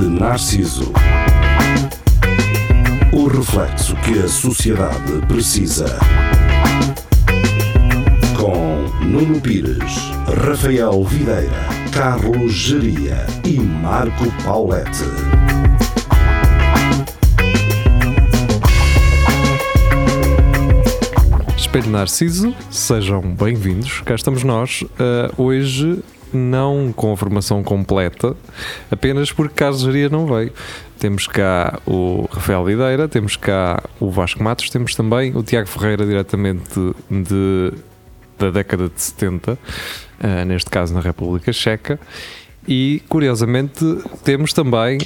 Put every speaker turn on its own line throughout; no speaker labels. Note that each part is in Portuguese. Narciso. O reflexo que a sociedade precisa. Com Nuno Pires, Rafael Videira, Carlos Geria e Marco Paulette.
Espelho Narciso, sejam bem-vindos. Cá estamos nós. ah, hoje, não com a formação completa, apenas porque Carlos Jaria não veio. Temos cá o Rafael Videira, temos cá o Vasco Matos, temos também o Tiago Ferreira, diretamente de- da década de 70, ah, neste caso na República Checa. E, curiosamente, temos também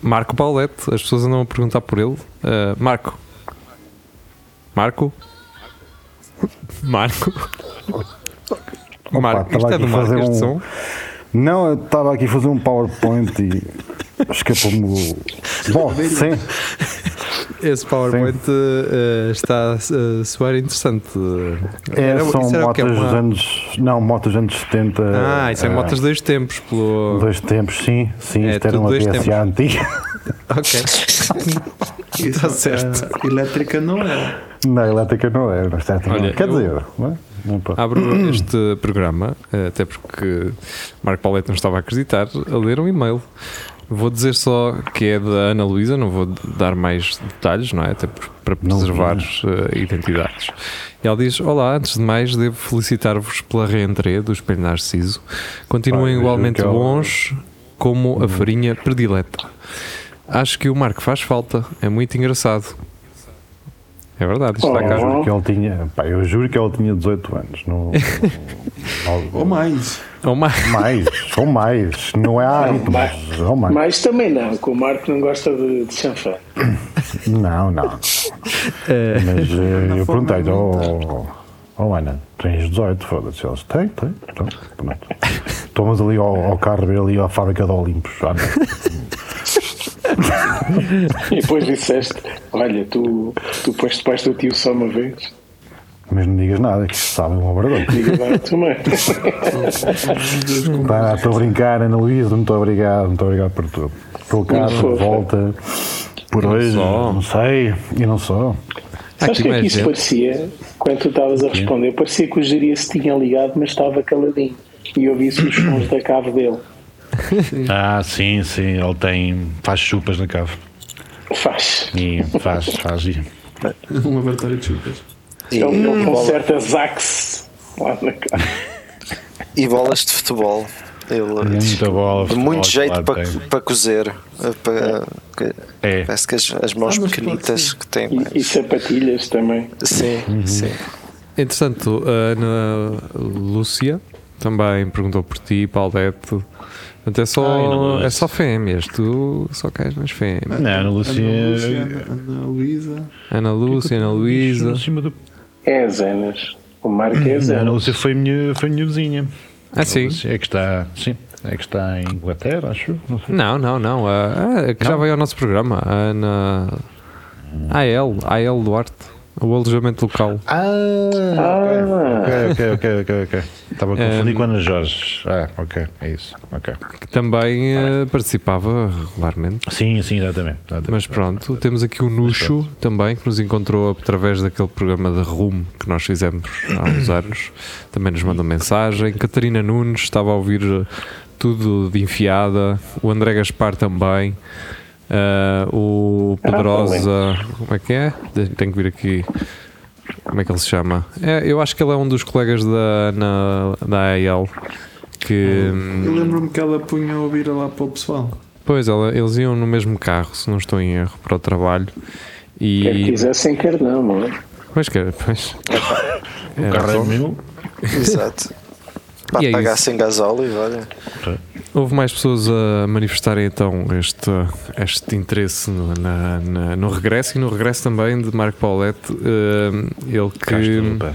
Marco Paulette. As pessoas andam a perguntar por ele. Ah, Marco. Marco? Marco? Marco,
estava
isto é
aqui
do
a
Marco,
fazer
este
um-
som?
Não, eu estava aqui a fazer um PowerPoint e escapou-me o. Bom, sim.
Esse PowerPoint eh, eh, está a soar interessante.
É,
Era-
são
isso era o
motas
quê?
dos
Uma-
anos. Não, motas dos anos 70.
Ah, isso é
eh,
motas dois tempos. Pelo...
Dois tempos, sim. Sim,
É,
isto era
tudo
uma
dois tempos.
PSA antiga.
Ok. Está certo.
Ah, elétrica não era.
Na elétrica não era, mas certo.
Olha,
Quer
eu-
dizer, não é? Não pode.
Abro este programa, eh, até porque Marco Paulette não estava a acreditar, a ler um e-mail. Vou dizer só que é da Ana Luísa, não vou dar mais detalhes, não é? Até por- para preservar eh, identidades. E ela diz: Olá, antes de mais, devo felicitar-vos pela reentrée do Espelho Narciso. Continuem
Pá,
igualmente
eu-
bons como a farinha predileta. Acho que o Marco faz falta, é muito engraçado. É verdade, isto está
Eu
cá.
juro que ele tinha. Pá, eu juro que ele tinha 18 anos. Não,
Ou mais.
Oh, Marco.
mais, ou mais. Não é hábito, mas. Ou mais.
Mas também não, que o Marco não gosta de, de chanfã.
Não, não. Mas eh, eu perguntei-lhe, oh, oh, Ana, tens 18, foda-se. Eles têm, têm. Então, pronto. Tomas ali ao, ao carro dele ali à fábrica de Olimpos. já, né?
E depois disseste: Olha, tu, tu pôs-te pais do tio só uma vez.
Mas não digas nada, que isto sabe um obrador.
Diga lá, tu mãe.
Tá, Estou a brincar, Ana Luísa, muito obrigado, muito obrigado por tudo. Pelo carro, de
fofa.
volta, por hoje,
só.
não sei, e não só.
Sabes o que é
mais
que isso
gente.
parecia? Quando tu estavas a responder, parecia que o geria se tinha ligado, mas estava caladinho. E ouvi-se os sons da cave dele.
Ah, sim, sim, ele tem. faz chupas na cave.
Faz.
E faz, faz. E...
Um laboratório de chupas.
Ele, ele conserta Zax lá na cave.
E bolas de futebol. Ele
Muita bola.
de
futebol,
muito jeito
claro,
para,
tem.
para cozer. eh, Para, que-
É.
Parece que as, as mãos pequenitas que tem.
E, e sapatilhas também.
Sim, sim.
Entretanto, a É uh, Ana Lúcia também perguntou por ti, Paulette. Portanto, é
Ai, Ah, Ana
só,
Lúcia.
é só fêmeas, tu só queres mais fêmeas.
Não, Ana eh, Lucia.
Ana Luciana, Ana Luísa.
Ana Lúcia, Ana
Ana
Luísa.
Lucia-
É Zenas. O Marco é
Ana
Zenas.
Lúcia foi minha, foi minha vizinha.
Ah, sim.
Ana Lúcia É que está. Sim, é que está em Inglaterra, acho. Não sei.
Não, não, não. A, a que já veio ao nosso programa, a Ana. AL, AL Duarte. O alojamento local.
Ah,
Ok, ok, ok, ok. Estava a confundir com a Ana Jorge. Ah, ok, é isso. Ok.
Que também eh, participava regularmente.
Sim, sim, exatamente. exatamente.
Mas pronto, temos aqui o Nuxo também, que nos encontrou através daquele programa de Rumo que nós fizemos há uns anos. Também nos mandou mensagem. Catarina Nunes estava a ouvir eh, tudo de enfiada. O André Gaspar também. Ah, o Pedrosa. Como é que é? De- Tenho que vir aqui. Como é que ele se chama? É, eu acho que ele é um dos colegas da, na, da AEL. Que, hum,
Eu lembro-me que ela punha a ouvir lá para o pessoal.
Pois, ela- eles iam no mesmo carro, se não estou em erro, para o trabalho.
quer É que
E.
quisessem, quer não, não é?
Pois, cara, pois.
o
Era
carro é
só-
meu.
Exato. Para
E é
pagar
isso.
sem gasóleo, olha.
Houve mais pessoas a manifestarem então este, este interesse no, na- na- no regresso e no regresso também de Marco Paulette. eh, ele
Cá estou,
que
pá.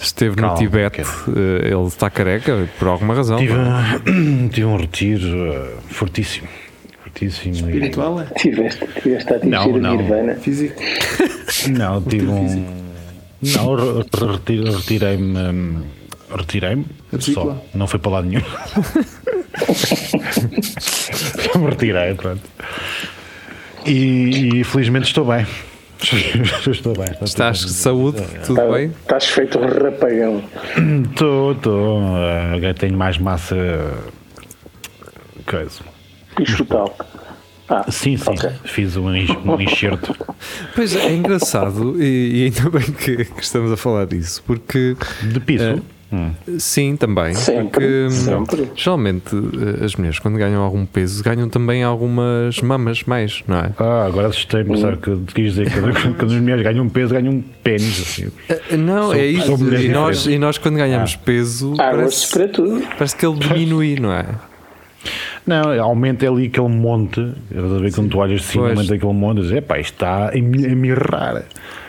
esteve no
Calma,
Tibete,
quero.
eh, ele está careca por alguma razão.
Tive,
não é?
um- tive um retiro eh, fortíssimo. Fortíssimo. e-
Espiritual é?
Tiveste, tiveste a atingir
Não,
a
não.
Nirvana.
Físico.
Não, tive
teu
um.
físico?
Não, re- re- retirei- retirei-me. hum, Retirei-me.
A
Só.
vesícula?
Não foi para lado nenhum. Já me retirei, pronto. E, e felizmente estou bem. estou bem.
Estás de
É,
saúde? Tudo
Tá-
bem?
Estás feito um rapagão.
Estou, estou. ah, Agora tenho mais massa. ah, Coisa.
E chutal. Ah,
Sim, sim.
Ok.
Fiz um, en- um enxerto.
Pois é, é engraçado e, e ainda bem que, que estamos a falar disso, porque
De piso.
sim, também.
Sempre,
porque, hum,
sempre.
Geralmente eh, as mulheres, quando ganham algum peso, ganham também algumas mamas mais, não é?
Ah, agora assustei-me, sabe? Que te quis dizer que quando, quando as mulheres ganham um peso, ganham um pênis. Assim.
Eh, Não, é isso.
são mulheres
E nós,
diferentes.
e nós, quando ganhamos peso,
há gostos
parece,
para tudo.
parece que ele diminui, não é?
Não, aumenta ali aquele monte. Estás a ver quando tu olhas de cima,
Pois.
aumenta aquele monte. Dizes, epá, isto está a mi- a mirrar.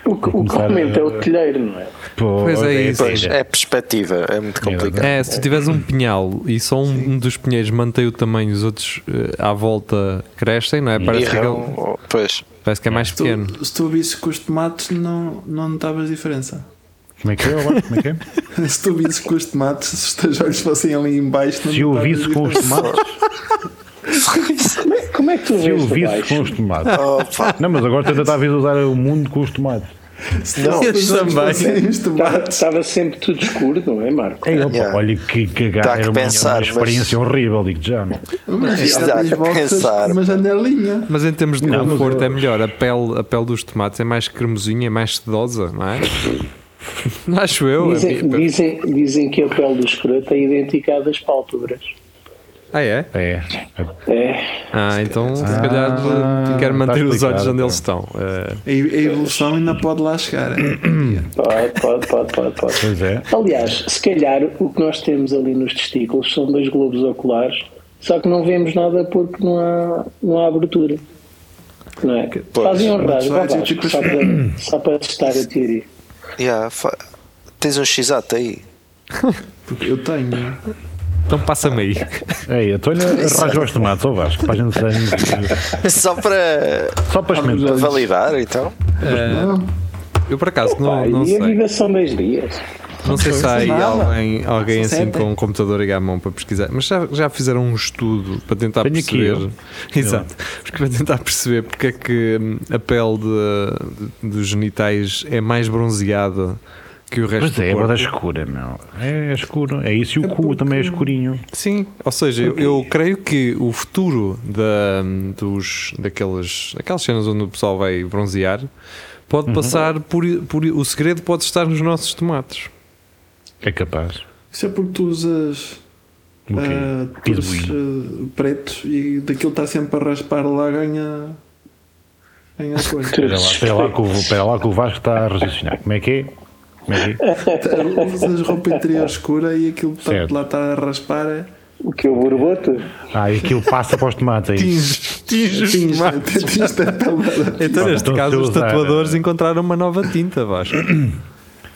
O que, o que
Começar a-
aumenta é o telheiro, não é?
Pois é isso.
Pois, é perspectiva, é muito complicado.
É, se tu tiveres um pinhal e só um, um dos pinheiros mantém o tamanho, os outros eh, à volta crescem, não é? Parece, que,
Irrão,
aquele-
oh, pois,
parece que é mais
Se
pequeno.
tu, se tu visses com os tomates, não, não notavas diferença.
Como é que é agora? Como é que é?
se tu visses com os tomates, se os teus olhos fossem ali em baixo, não
Se eu
notavas
visse com os
diferença.
tomates.
Como é, como é que tu
Se eu
vês de
visse
baixo?
com os tomates.
Oh,
Não, mas agora tenta talvez usar o mundo com os tomates.
Se tu- se os
Não.
olhos
Também.
fossem os
Estava,
tomates.
estava Tá- sempre tudo escuro, não é, Marco?
Ei, opa,
Yeah.
Olha que cagar.
Dá que
Era uma,
pensar,
uma
mas-
experiência horrível, digo já. não.
Mas já
Exato,
tens
a pensar.
Uma janelinha.
Mas em termos de
Não, mas
conforto
eu-
é melhor. A pele, a pele dos tomates é mais cremosinha, é mais sedosa, não é? Não acho eu. é
Dizem,
tipo-
dizem, dizem que a pele do escroto é idêntica à das pálpebras.
Ah, é?
É.
É,
Ah, então se calhar
Ah,
quero
tá
manter os
explicado,
olhos onde
então.
eles estão. Eh,
A, a evolução ainda pode lá chegar. é?
pode, pode, pode, pode, pode.
Pois é.
Aliás, se calhar o que nós temos ali nos testículos são dois globos oculares, só que não vemos nada porque não há, não há abertura. Não é? Fazem um
Mas
rádio,
vai
vá
dizer
Vasco,
tipo
só para, só para testar a teoria.
yeah, fa- tens um x aí.
Porque eu tenho.
então passa-me aí.
Ei, então olha,
é.
rasga os tomates, ou Vasco, para a gente ser-
Só para
Só para experimentar.
validar, então.
Eu por acaso
Pá,
não, não
e a
sei.
vida são dois dias.
Não sei se há aí
nada.
alguém, alguém
São
assim
sete.
com um computador aí à mão para pesquisar, mas já, já fizeram um estudo para tentar
Tenho aqui
perceber. Exato, porque para tentar perceber porque é que hum, a pele de- dos genitais é mais bronzeada que o resto
Pois é,
do corpo.
agora é escura, meu. É, escuro. É isso e o cu também é escurinho.
Sim, ou seja, eu, eu creio que o futuro da, dos, daquelas, daquelas cenas onde o pessoal vai bronzear pode
Uhum.
passar por, por. O segredo pode estar nos nossos tomates.
É capaz.
Isso é porque tu usas
O quê?
ah,
Piso
tons,
lindo.
ah, pretos e daquilo está sempre a raspar lá, ganha. ganha a cor.
Espera lá, espera lá, que o, espera lá que o Vasco está a raciocinar. Como é que é? Como é que é?
Usas roupa interior escura e aquilo que
Certo.
está- lá está a raspar é.
O que eu borboto?
Ah, e aquilo passa para os tomates, é isso.
Tinge, tinge da pelada.
Então,
Pá,
neste
então, se
caso,
eu
os
usar-
tatuadores encontraram uma nova tinta, Vasco.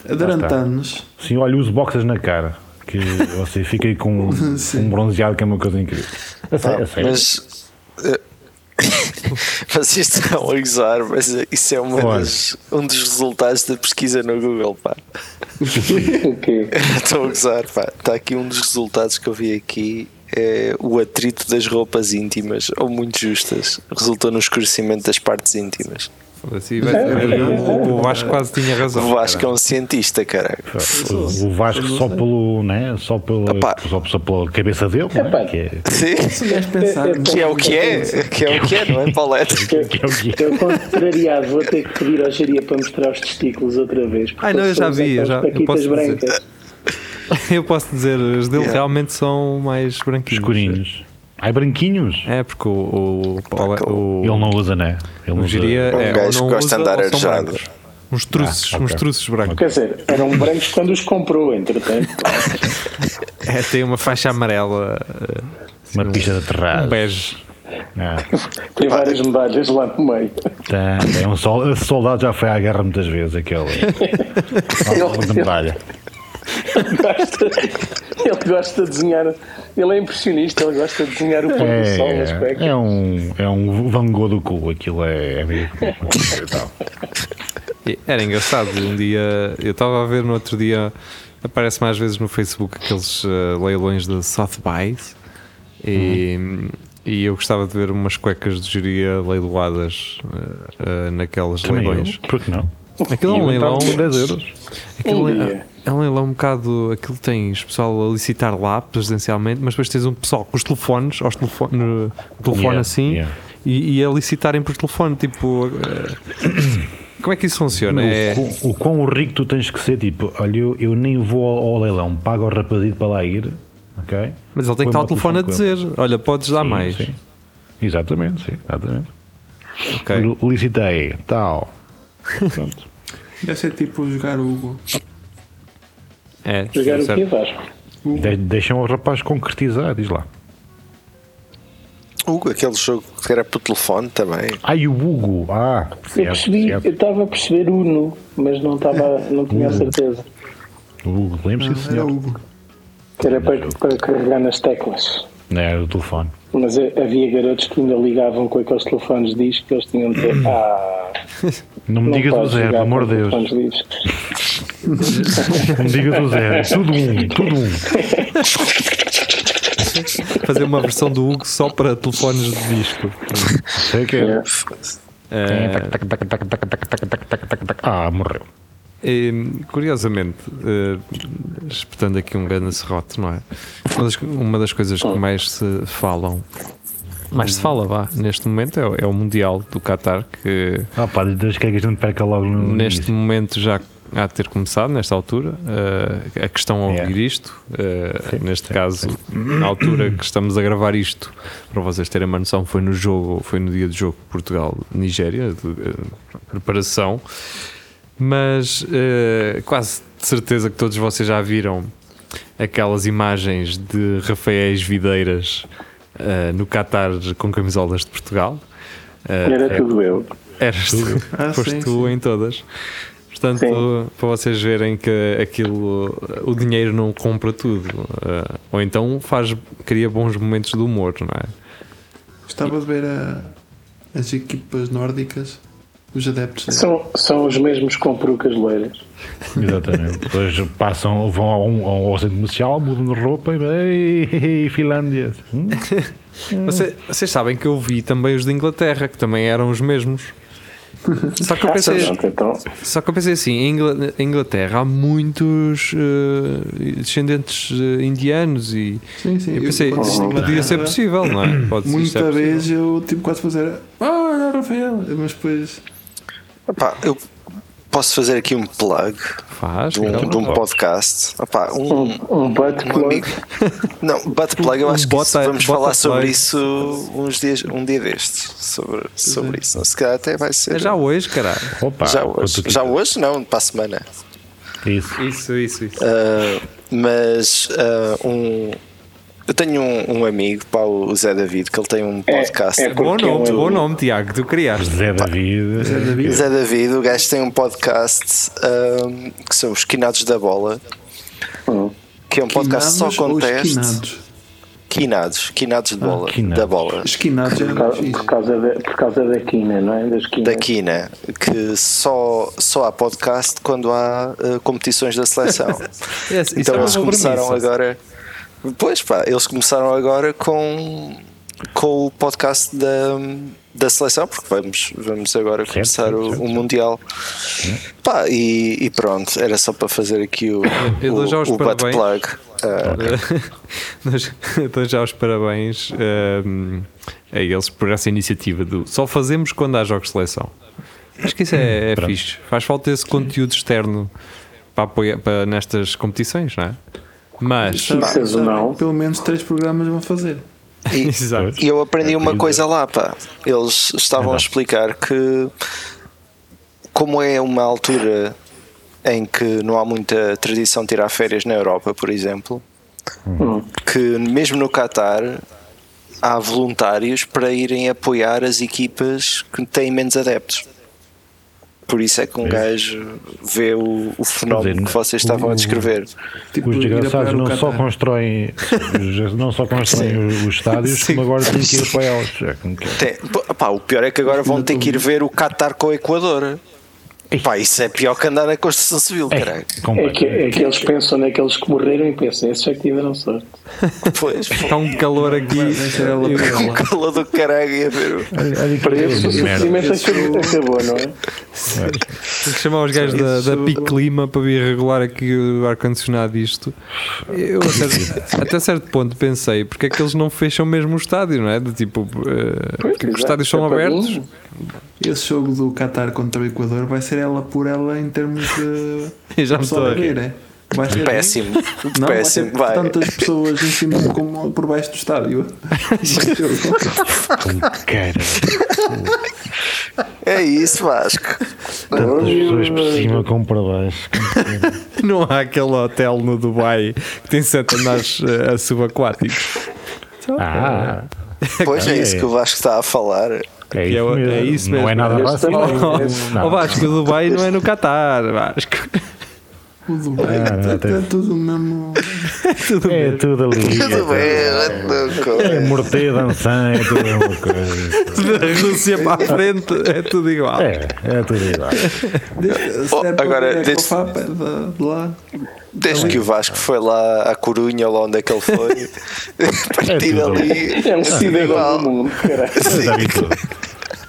Durante
está.
anos.
Sim, olha, uso boxers na cara. Que você fica aí com
Sim.
um bronzeado que é uma coisa incrível. A sério, a sério.
Mas. eh, Mas isto não é usar, mas isso é uma
Olha.
das- um dos resultados da pesquisa no Google, pá.
O quê?
Estou a gozar, pá. Está aqui um dos resultados que eu vi aqui. É o atrito das roupas íntimas, ou muito justas, resultou no escurecimento das partes íntimas.
Assim,
É,
vai saber, o, o Vasco quase tinha razão.
O Vasco é
cara.
um cientista, caralho.
O- O Vasco só pelo, né? Só pelo,
Opa.
só, só pela cabeça dele, né?
Epá.
que é,
Sim,
Queres pensar?
É, é,
que é o que é, que é o que é, não é, Paulette?
que é o que é.
Eu, contrariado, vou ter que pedir ao Jaria para mostrar os testículos outra vez. porque
Ai, Ah, não, eu já
somos
vi, eu
aquelas
já- eu
paquitas
posso dizer.
brancas.
Eu posso dizer, os dele
Yeah.
realmente são mais branquinhos.
escurinhos. Ai, branquinhos.
É, porque o. o,
Paco.
o,
Ele não usa, né? Ele não
o
usa.
geria
Um
é,
gajo
ou não
que gosta de
usa,
andar
ou são
arejado.
brancos. Uns truces,
Ah, ok.
uns truces brancos.
Quer dizer, eram brancos quando os comprou, entretanto.
É, tem uma faixa amarela.
Uma pista de
Um
terraço.
bege.
Ah,
Tem várias medalhas lá no meio.
tá, é um sol, esse soldado já foi à guerra muitas vezes, aquele. Alvo de medalha.
Gosta- ele gosta de desenhar. Ele é impressionista, ele gosta de desenhar o pôr do sol nas
É,
cuecas.
é um, é um Van Gogh do cu, aquilo é, é meio.
E Era engraçado. Um dia. Eu estava a ver no outro dia. Aparece mais vezes no Facebook aqueles eh, leilões de Sotheby's. E,
Uhum.
e eu gostava de ver umas cuecas de geria leiloadas eh, eh, naqueles
Também eu.
leilões.
Por que não?
Aquilo é um leilão.
por 10 euros.
Aquilo
Um
é,
dia.
é um leilão um bocado. Aquilo tens pessoal a licitar lá presencialmente, mas depois tens um pessoal com os telefones, aos telefone, no telefone
Yeah,
assim,
yeah.
E, e a licitarem por telefone. Tipo, eh, como é que isso funciona? É,
O, quão- o quão rico tu tens que ser, tipo, olha, eu, eu nem vou ao, ao leilão, pago ao rapazido para lá ir, ok?
mas ele tem que
Põe-me
estar ao
ao
telefone a
telefone com
dizer: Olha, podes dar
Sim,
mais.
sim. Exatamente, sim, exatamente.
Ok.
Li- Licitei, tal. Pronto.
Deve ser tipo jogar Hugo.
É,
Jogar o
certo.
que Vasco?
De- deixam o rapaz concretizar, diz lá.
Hugo, aquele jogo que era por telefone também.
Ai, o Hugo, ah,
Eu
certo,
percebi, eu
certo. É.
estava a perceber Uno, mas não, estava, não tinha a certeza.
O Hugo, lembro-se,
Ah,
sim,
É
senhor.
Hugo.
Que era para, para carregar nas teclas.
Não era o telefone.
Mas eh, havia garotos que ainda ligavam com aqueles telefones discos que eles tinham de dizer, ah,
Hum. Não me
não
digas o
podes
zero,
jogar
pelo amor
com
de Deus.
telefones discos.
Não me digas o zero. Tudo um, tudo um.
Fazer uma versão do Hugo só para telefones de disco. É,
Sei que é. Ah, morreu.
E, curiosamente, eh, espetando aqui um grande serrote, não é? Uma das, uma das coisas que mais se falam, mais se fala, vá, neste momento é, o- é o Mundial do Qatar, que
Ah, pá, Deus quer que a gente perca logo no.
neste
início.
momento já há de ter começado, nesta altura, eh, a questão a ouvir
Yeah.
isto, eh, neste caso, na altura que estamos a gravar isto, para vocês terem uma noção, foi no jogo, foi no dia de jogo Portugal-Nigéria, de, eh, preparação, mas eh, quase de certeza que todos vocês já viram aquelas imagens de Rafaéis Videiras eh, no Qatar com camisolas de Portugal.
É,
Eh,
Era tudo eu.
Eras tu,
Ah,
foste
sim,
tu em todas. Portanto,
Sim.
para vocês verem que aquilo, o dinheiro não compra tudo. eh, ou então faz, cria bons momentos de humor, não é?
Gostava de ver a- as equipas nórdicas, os adeptos.
São, são os mesmos com perucas loiras.
Exatamente. Depois passam, vão ao, ao, ao um centro comercial, mudam de roupa e. Ei, ei, Finlândia. Hum?
Você- vocês sabem que eu vi também os de Inglaterra, que também eram os mesmos. Só que eu
Ah,
pensei,
pronto, então,
só que eu pensei assim: em Ingla- em Inglaterra há muitos eh, descendentes eh, indianos e
Sim, sim.
eu pensei,
quando
isto
disse
podia ser
Inglaterra,
possível, não é? Pode, isto é
Muita
possível.
vez eu tive quase a fazer. Ah, olha o Rafael! Mas depois.
Epá, eu posso fazer aqui um plug
Faz,
de um,
então.
de um podcast. Epá,
um,
um,
um butt
um
plug.
amigo. Não, butt plug, eu
Um
acho que isso-
bota-
vamos
bota
falar sobre
plug.
isso uns dias, um dia destes. Sobre, sobre isso. Se calhar até vai ser.
É já hoje, caralho.
Opa,
já hoje.
quanto-
Já hoje? Não, para a semana.
Isso.
Isso, isso, isso.
Uh, mas uh, um. Eu tenho um, um amigo, pá, o Zé David, que ele tem um podcast.
é
Bom
Porque
nome,
eu-
bom nome, Tiago, tu criaste.
Zé David. eh, Zé David.
Zé David, o gajo tem um podcast um, que são os Quinados da Bola, que é um podcast
Quinados
só com
ou
teste.
Esquinados.
Quinados, quinados de bola,
quinados.
da bola,
Esquinados era
Por causa-
mais fixe.
Por causa, da, por causa da quina, não é? Das quinas.
da quina, que só, só há podcast quando há eh, competições da seleção.
Yes, isso
então
é uma
eles
boa
começaram
premissa.
agora. Pois pá, eles começaram agora com, com o podcast da, da seleção, porque vamos, vamos agora começar
certo,
o,
certo,
o Mundial. Pá, e, e pronto, era só para fazer aqui o,
Eu dou já os
o, o butt
parabéns.
plug. Ah,
Nós- Então já os parabéns hum, a eles por essa iniciativa do só fazemos quando há jogos de seleção. Acho que isso
Hum,
é, é fixe. Faz falta esse conteúdo externo para apoiar para nestas competições, não é? Mas
Sabe- sabe
sazonal.
que Pelo menos três programas vão fazer.
e-
Exato.
E eu aprendi uma coisa lá, pá. Eles estavam a explicar que, como é uma altura em que não há muita tradição de tirar férias na Europa, por exemplo, que mesmo no Qatar há voluntários para irem apoiar as equipas que têm menos adeptos. Por isso é que um gajo vê o, o fenómeno
dizer,
que vocês estavam a descrever.
Tipo,
Os
ir
desgraçados
apoiar o
não só
Qatar.
constroem, os- não só constroem os, os estádios, como agora têm que ir apoiá-los. É como que é.
Tem- pá, o pior é que agora vão ter que ir ver o Qatar com o Equador. Pá, isso é pior que andar na construção civil,
Ei,
caralho.
É que,
completamente.
é que eles pensam naqueles que morreram e pensam, esses é que tiveram sorte.
Pois,
Está um calor aqui.
o calor do caralho ia ver. o-
Para eles o é
merda.
sofrimento acabou, acabou, não é?
Tem que chamar os gajos da, da Pic Clima para vir regular aqui o ar-condicionado e isto. Eu a certo- até certo ponto pensei, porque é que eles não fecham mesmo o estádio, não é? De tipo, eh, porque é que os
exato,
estádios são
é para
abertos.
mim.
Esse jogo do Qatar contra o Equador vai ser ela por ela em termos de.
Eu já me estou
só
a rir.
é? Vai ser
Péssimo,
Não,
péssimo.
vai
Vai.
ter tantas pessoas em cima como por baixo do estádio. Esse jogo.
Cara,
É isso, Vasco.
tantas pessoas por cima como para baixo.
Não há aquele hotel no Dubai que tem sete andares eh, a subaquáticos.
Ah,
Pois é isso que o Vasco está a falar.
é
Que é
isso
o-
mesmo.
é isso
Não é
mesmo.
nada
Esse
fácil.
também,
Não,
esse-
O Oh, Vasco, o Dubai não é no Catar, Vasco.
O Dubai
Ah, não,
está
tem-
tudo mesmo.
É tudo ali.
Tudo bem,
É morter, dançar, é tudo a mesma coisa.
Da Rússia para a frente é tudo igual.
É, é tudo igual.
Desde,
Oh, agora,
agora,
desde-
desde... FAP, é de, de lá.
Desde que o Vasco foi lá à Corunha, ou lá onde é que ele foi, a partir
tudo.
dali.
É um cidadão
igual.
do mundo, caralho.
Eu já vi tudo.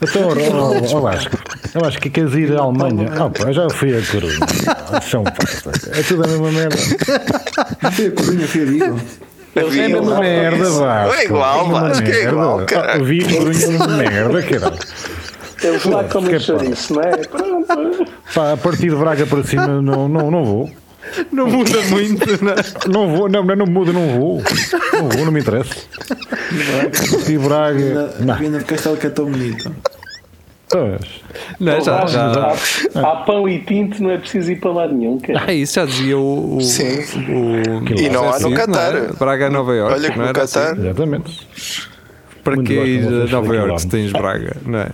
Então, ó, ó, ó, Vasco, eu acho que queres ir à Alemanha. Ah, pá, eu já fui a Corunha. São Paulo. É tudo a mesma merda.
Foi a Corunha, foi a Vigo.
Havia
É
lá-
uma merda, Vasco.
É igual,
uma
Vasco, é
merda.
igual, caralho.
Ah, Vi Corunha é uma merda, caralho.
Eles lá comem
que pá.
chouriço, não é? Pronto.
Pá, a partir de Braga para cima, não, não, não vou.
Não muda muito, não é?
Não vou, não, não, não muda, não vou. Não vou, não me interessa. E Braga.
Vinda-
Não,
Vinda de Castelo que é tão bonito.
pois.
Não, É já, já.
Há, há pão e tinto, não é preciso ir para lado nenhum, cara.
Ah, isso já dizia o. o
Sim.
o-
E não há
José
no
Cid,
Qatar.
não é? Braga, Nova York.
Olha que
não
no
era
Qatar.
assim?
Exatamente.
Para
Muito
que
gosto,
ir
não vou
a
fazer
Nova York se tens
quilómetros.
Braga, não é?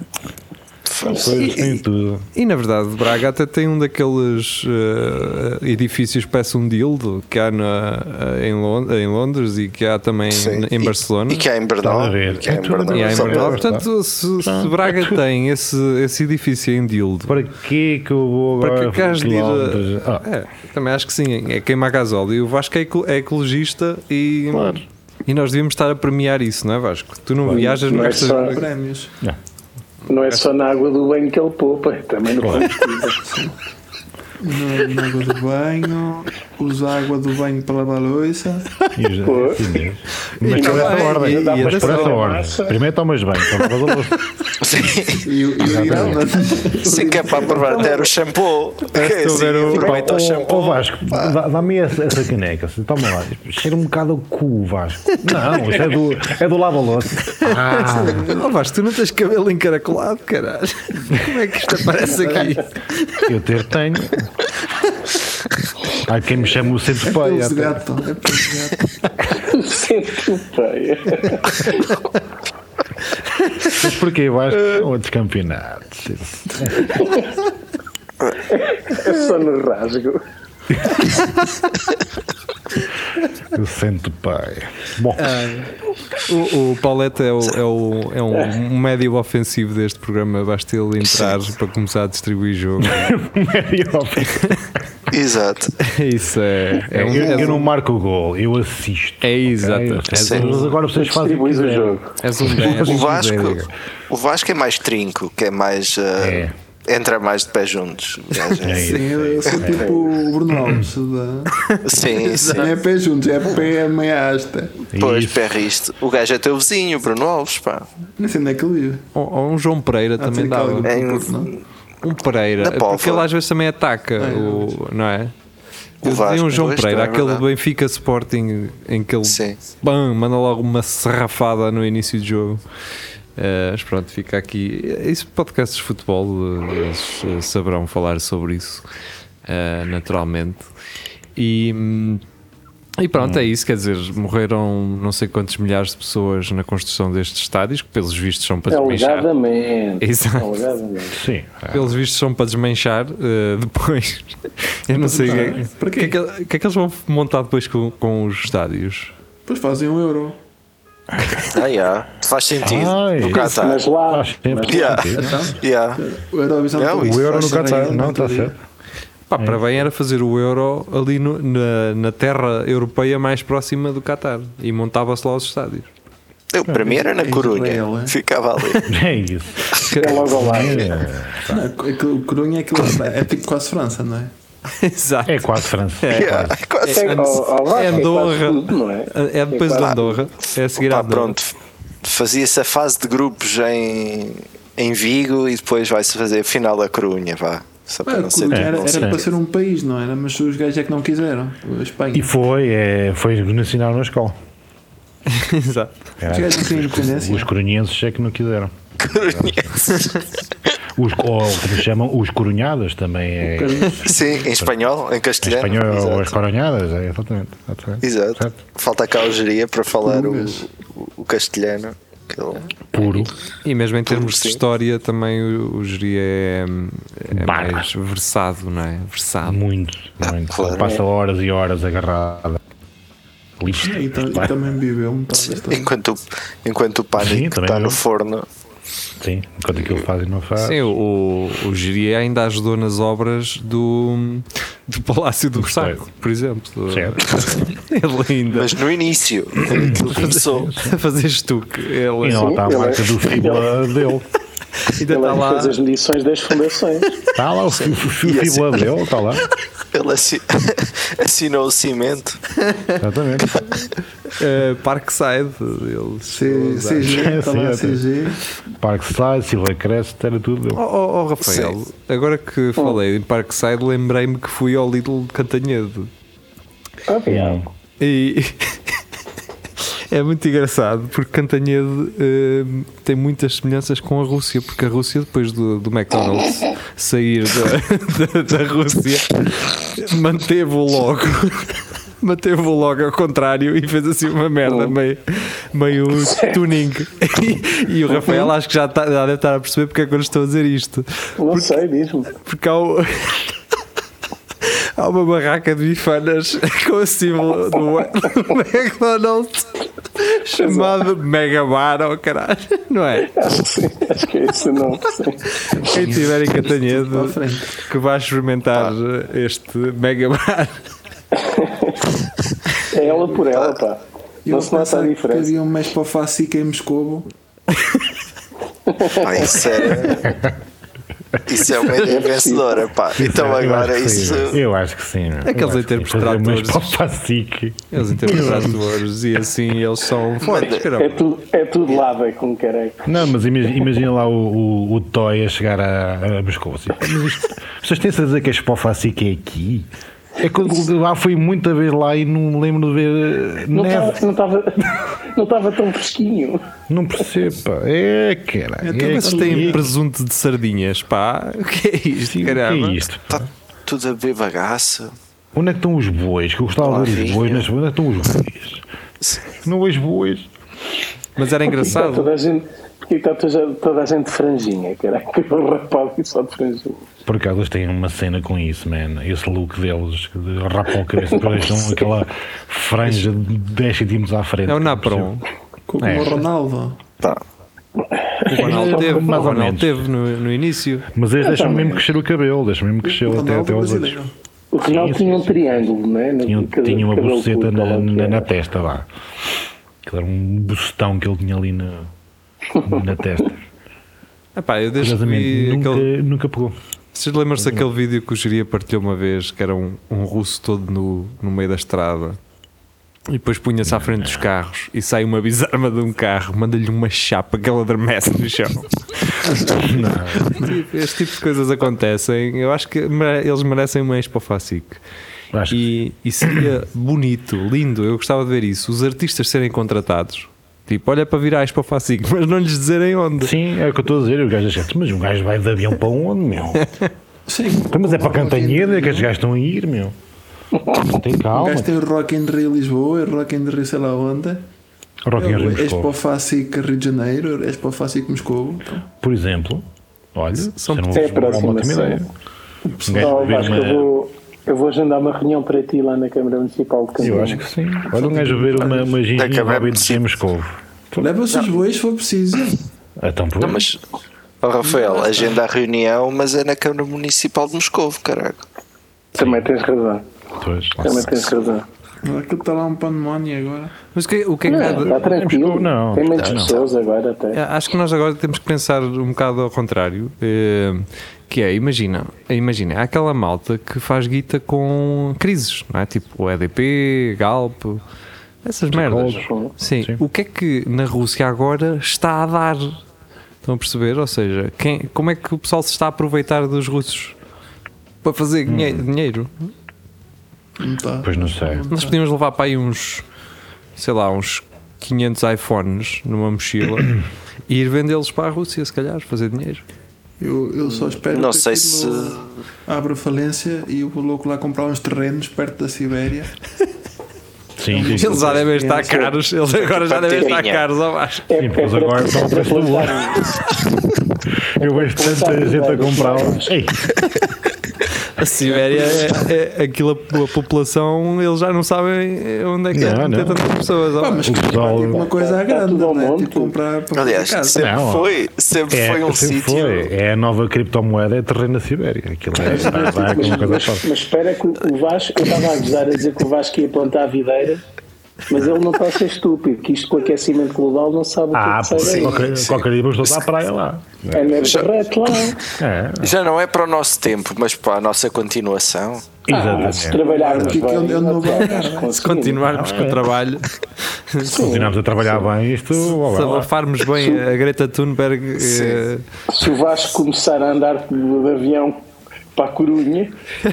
Pois tem tudo.
E na verdade, Braga até tem um daqueles eh, edifícios que parece um dildo que há na, eh, em, Lon- em Londres e que há também
Sim.
em
E-
Barcelona.
E que há em
Está a
Bernal.
ver.
Que há
É
em
tudo
Bernal.
E há em
Só
Bernal.
Braga,
Portanto, se, se Braga tem esse, esse edifício em dildo,
Para que que eu vou
para que
agora?
acaso de ir.
quilómetros?
a-
Ah,
É, também acho que sim, é queimar gasóleo. E o Vasco é, eco- é ecologista e. E nós devíamos estar a premiar isso, não é Vasco? Tu não viajas, não
Não é
gastas.
só-
Prémios.
Não é só na água do banho que ele poupa, é também não precisa.
Na, na água do banho. Usa água do banho para lavar a louça.
e já-
Pô.
sim mesmo. Mas por
não
essa
vai-
ordem.
e- e
Mas por
atenção,
essa
massa.
ordem. Primeiro tomas bem, então tomas a luz.
Sim,
E, o- e o Irama.
sim, que é para aproveitar o shampoo. Que
estou a ver
assim,
o-
Aproveita o
Ô
shampoo.
Vasco, dá- dá-me essa, essa caneca. assim, Toma lá. Cheira um bocado o cu, Vasco. Não, isso é do, é do lava-louça. Ah,
Oh Vasco, tu não tens cabelo encaracolado, caralho. Como é que isto aparece aqui?
eu ter tenho. Há quem me chama o centro pai.
Pelos de gato. É pelos de gato.
Sempre feia.
Mas porquê, Vasco? Outros campeonatos.
É só no rasgo.
O centro pai. Bom,
O, o Paulette é, o, é, o- é um, um médio ofensivo deste programa. Basta ele entrar para começar a distribuir jogo.
médio
Exato.
Isso é. É,
eu,
um,
eu
é,
não marco o gol, eu assisto.
é
Ok?
exato. És
Sim.
um,
Mas agora vocês fazem.
Distribuis o
quiserem.
jogo.
és um 10.
O
Sim,
Vasco,
diga.
o Vasco é mais trinco, que é mais. eh, Entra mais de pé juntos.
É
viaja.
isso.
Sim, eu sou tipo o Bruno Alves. da-
Sim,
Não
sim.
é pé juntos, é pé a meia asta.
Pois,
Isso.
perra isto. O gajo é teu vizinho, Bruno Alves, pá.
Não sei onde é que ele vive.
Ou, ou um João Pereira
Há de
também
ser
dava.
aquele do
É,
Porto, não?
Um Pereira.
Da
Porque
Póvoa.
ele às vezes também ataca, o, não é?
O
Eu dizia
Vasco,
um João
pois,
Pereira,
também é
aquele
verdade.
Benfica Sporting em que ele
Sim.
bam, manda logo uma serrafada no início do jogo. Eh, mas pronto, fica aqui. Eh, Isso, podcasts de futebol, eh, eles eh, saberão falar sobre isso eh, naturalmente. E, hum, e pronto, é isso. Quer dizer, morreram não sei quantos milhares de pessoas na construção destes estádios, que pelos vistos são para desmanchar.
É um Alegadamente. É um
Exato.
Alegadamente.
Sim.
Pelos vistos são para desmanchar eh, depois. Eu não sei o que, é- o que é que, o que é que eles vão montar depois com, com os estádios.
Depois fazem um euro.
Ah, yeah. Faz sentido.
Ai.
no
Tá.
Qatar.
Mas lá,
Faz sempre
Yeah.
sentido.
Yeah.
O Eurovisão
Não,
todo
isso
O euro
faz é?
no
ser
Qatar,
aí,
não, está
todo dia.
certo.
Pá, para bem era fazer o euro ali no- na, na terra europeia mais próxima do Qatar e montava-se lá os estádios.
Eu, para mim era na
Em Israel,
Corunha.
é?
Ficava ali.
É isso.
é logo ao lado.
Não, aquilo- o Corunha é aquilo. É tipo quase França, não é?
Exato.
É quase França.
Yeah, quase.
É, ao, ao lado,
É
é
Andorra.
quase tudo, não
É
é?
depois
É
de
quase-
Andorra. É a seguir à
Pá,
Andorra.
pronto. Fazia-se a fase de grupos em, em Vigo e depois vai-se fazer a final da Corunha, vá. Só para
Ah,
não É,
o
ser tipo-
Corunha era,
não
era
ser-
para ser um país, não era? Mas os gajos é que não quiseram. A Espanha.
E foi, é, foi ensinar na escola.
Exato.
Os gajos não queriam independência.
Os corunhenses é que não quiseram. Os, ou, como se chamam, os corunhadas também é.
Sim, em espanhol, em
Em
castelhano.
espanhol é
Exato.
ou as coronhadas, é, exatamente. exatamente.
Exato.
Certo.
Falta cá a algeria para falar o, o castelhano. Aquele-
Puro.
E mesmo em termos de
sim.
história, também o, o Geria é, é
Barra.
mais versado, não é? Versado.
Muito, muito.
claro.
Passa horas e horas agarrada. Lixo.
então, E, tam- e também viveu um metade da história.
Enquanto, o- enquanto o
Sim,
pânico
também
está
eu.
no forno.
Sim, enquanto aquilo fazem não faz.
Sim, o, o, o Geria ainda ajudou nas obras do, do Palácio do Ressaco, por exemplo.
Certo.
Ele ainda.
Mas no início, quando aquilo começou.
a fazer estuque. Ele
E não está a
ele é-
marca do fibula dele.
ainda
Ele
está
é que
tá lá.
fez as medições das fundações.
Está lá o fi- o fi-
E
fibula dele, está lá.
Ele assi- assinou o cimento.
Exatamente.
eh, Parkside. Ele
C- CG, está lá
Sim, sim.
CG.
Parkside, Silva Crest, era tudo
Oh,
dele.
oh, oh, Rafael, agora que falei em Parkside, lembrei-me que fui ao Lidl de Cantanhedo.
Ah, yeah.
E é muito engraçado porque Cantanhedo eh, tem muitas semelhanças com a Rússia, porque a Rússia, depois do, do McDonald's sair da, da, da Rússia, manteve-o logo. Manteve-o logo ao contrário e fez assim uma merda, meio, meio tuning. E, e o Rafael acho que já, tá- já deve estar a perceber porque é que eu lhe estou a dizer isto.
Não sei, diz-me.
Porque há, o- há uma barraca de bifanas com o símbolo do do McDonald's chamado Mega Bar, oh caralho, não é?
Acho que sim, acho que é esse não.
Quem tiver em Catanhedo
à frente.
que vá experimentar este Mega Bar.
É ela por ela,
Tá.
pá.
E
Não
eu
se nota a
pensava que
diferença.
havia um mês para o Facica em Moscovo.
Pá, isso era. Isso é uma ideia vencedora, pá. Então
é- Eu
agora
acho que sim.
isso.
Eu acho que sim. meu. Eu
Aqueles
acho
em
que
termos
sim.
de
Fazer umas
tratores.
papacique.
Eles interpretadores e assim eles são fortes,
É
caramba.
tudo, é tudo lava com careca.
Não, mas imagina, imagina lá o, o, o Toy a chegar a, a Moscou. Assim. Mas isto, vocês têm certeza que este Pofacique é aqui? É que eu lá fui muita vez lá e não me lembro de ver eh,
Não
neve.
estava- não estava não estava tão fresquinho.
Não percebo, pá. É que era. É,
Então, mas
que-
têm presunto de sardinhas, pá. O que é
Sim,
isto,
o que
caramba?
é isto?
Está tudo a beber bagaço.
Onde é que estão os bois? Que eu
Olá,
gostava de ver os
filho.
bois. Nas... Onde é que estão os bois? Não vejo bois.
Mas era
Está
engraçado.
Tá toda a gente, porque está toda, toda a gente de franjinha, caraca. O rapaz e só de franjinha.
Por acaso eles têm uma cena com isso, man. Esse look deles, que rapam a cabeça, depois deixam aquela franja de 10 centímetros à frente.
É o Napron.
Como
É.
o Ronaldo.
Tá.
O Ronaldo teve, o
Mais ou
Ronaldo
menos.
teve no, no início.
Mas
É,
eles deixam
tá,
mesmo crescer o cabelo, deixam mesmo crescer até,
Ronaldo é
até aos
brasileiro.
outros.
O Ronaldo
Sim,
tinha um triângulo, não é? No
Tinha,
é
um-
cabelo-
tinha uma
cabelo
buceta
curto,
na,
ou lá o que é.
na, na
era.
testa, vá. Aquilo era um bucetão que ele tinha ali na, na testa.
Epá, Ah, eu desde que vi
Curiosamente, nunca,
aquele-
nunca pegou.
Vocês lembram-se daquele vídeo que o Jiria partilhou uma vez, que era um, um russo todo nu, no meio da estrada, e depois punha-se à frente dos carros e sai uma bizarra de um carro, manda-lhe uma chapa que ele adormece no chão. Tipo, Este tipo de coisas acontecem. Eu acho que mere- eles merecem um ex para o Facic.
Acho que
E, e seria bonito, lindo. Eu gostava de ver isso. Os artistas serem contratados. Tipo, olha para virar para o Facic, mas não lhes dizerem onde.
Sim, é o que eu estou a dizer. O gajo acha, mas um gajo vai de avião para onde, meu?
Sim.
Então, Mas é para Cantanheda que os gajos estão a ir, meu. Tem
O
calma.
gajo tem o Rock in Rio Lisboa, o Rock in Rio sei lá onde.
Rock in Rio
És para o
Moscou,
Facic Rio de Janeiro, és para o Facic Moscovo. Então,
por exemplo. Olha,
São-
você não
É a próxima
uma ótima
cena.
ideia. Um gajo
Não,
ver
Vasco,
uma-
eu, vou, eu vou agendar uma reunião para ti lá na Câmara Municipal de
Eu
Campanha.
acho que sim. Olha, um gajo ver uma, uma
Acabamos
gengiva
de
de Moscou.
Leva-se os bois se for preciso.
Então,
Não, mas, ó Rafael, agenda a reunião, mas é na Câmara Municipal de Moscovo, caraca.
Também tens razão.
pois,
Também tens razão.
Aquilo está lá um pandemónio agora.
Mas o que, o que é que há de-
Não, está Tá tranquilo.
não,
Tem muitas
não.
pessoas agora até.
Eh, Acho que nós agora temos que pensar um bocado ao contrário. eh, Que é, imagina, imagina, há aquela malta que faz guita com crises, não é? Tipo o EDP, Galp, essas merdas. Sim. O que é que na Rússia agora está a dar? Estão a perceber? Ou seja, quem, como é que o pessoal se está a aproveitar dos russos para fazer dinhe- dinheiro?
Não tá. está.
pois não sei.
Nós podíamos levar para aí uns, sei lá, uns 500 iPhones numa mochila e ir vendê-los para a Rússia, se calhar, fazer dinheiro.
Eu, eu só espero
Não
que
sei
aquilo abra falência e eu vou louco lá comprar uns terrenos perto da Sibéria.
Sim, sim.
Eles já devem estar caros, eles agora já devem estar caros ao baixo.
É,
Sim, pois agora está o preço do ouro. Eu vejo tanta gente a comprar. Ei,
A Sibéria é, é aquilo, a população, eles já não sabem onde é que é,
Não,
tem
não.
tantas pessoas.
Pá, mas
O
que tipo,
pessoal-
uma coisa à
Está
grande,
Tá- tudo ao
né?
monte.
tipo comprar para
Aliás,
fazer casa.
sempre
Não.
foi, sempre
é,
foi um
sempre
sítio.
foi. É a nova criptomoeda, é terreno na Sibéria. Aquilo é, vai- vai aqui uma
Mas,
coisa
mas-
só.
mas espera que o Vasco, eu estava a gozar a dizer que o Vasco ia plantar a videira, mas ele não está a ser estúpido, que isto com o aquecimento global não sabe o que
Ah,
é que
pô,
sai daí.
qualquer, qualquer dia vamos todos à praia lá.
É merda lá.
É,
Já não é para o nosso tempo, mas para a nossa continuação.
Ah, se
exatamente.
trabalharmos
Aqui que
bem,
ele- ele não vai dar, né?
conseguimos.
Se continuarmos com o trabalho,
Continuamos a trabalhar bem isto. ó,
se
lá, lá.
abafarmos bem a Greta Thunberg, eh,
Se o Vasco começar a andar de avião para a Corunha,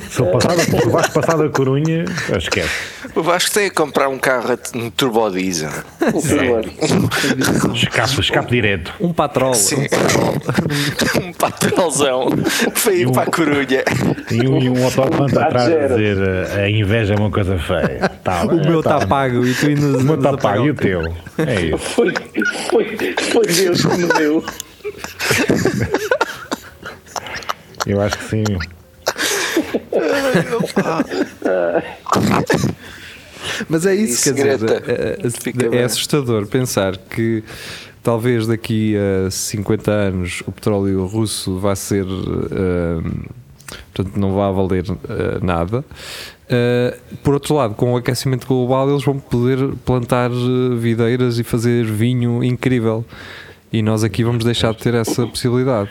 Se eu passar, se eu vais passar da Corunha, eu esquece.
O Vasco tem que comprar um carro a- um turbodiesel.
por favor.
Escape, escape direto.
um patrol.
Sim. um patrolzão para
um
ir para a Corunha.
E um, e um autoclante
Ah,
atrás a
zero.
dizer eh, a inveja é uma coisa feia. Tá,
O meu
tá
está pago e tu ainda
O meu está pago e o teu. É isso.
Foi, foi, foi Deus que me deu.
Eu acho que sim.
Mas é isso,
Isso,
quer dizer,
Greta.
é-
Fica
é,
bem.
é assustador pensar que talvez daqui a 50 anos o petróleo russo vá ser, eh, portanto, não vá valer eh, nada. Eh, por outro lado, com o aquecimento global, eles vão poder plantar eh, videiras e fazer vinho incrível. E nós aqui vamos deixar de ter essa possibilidade.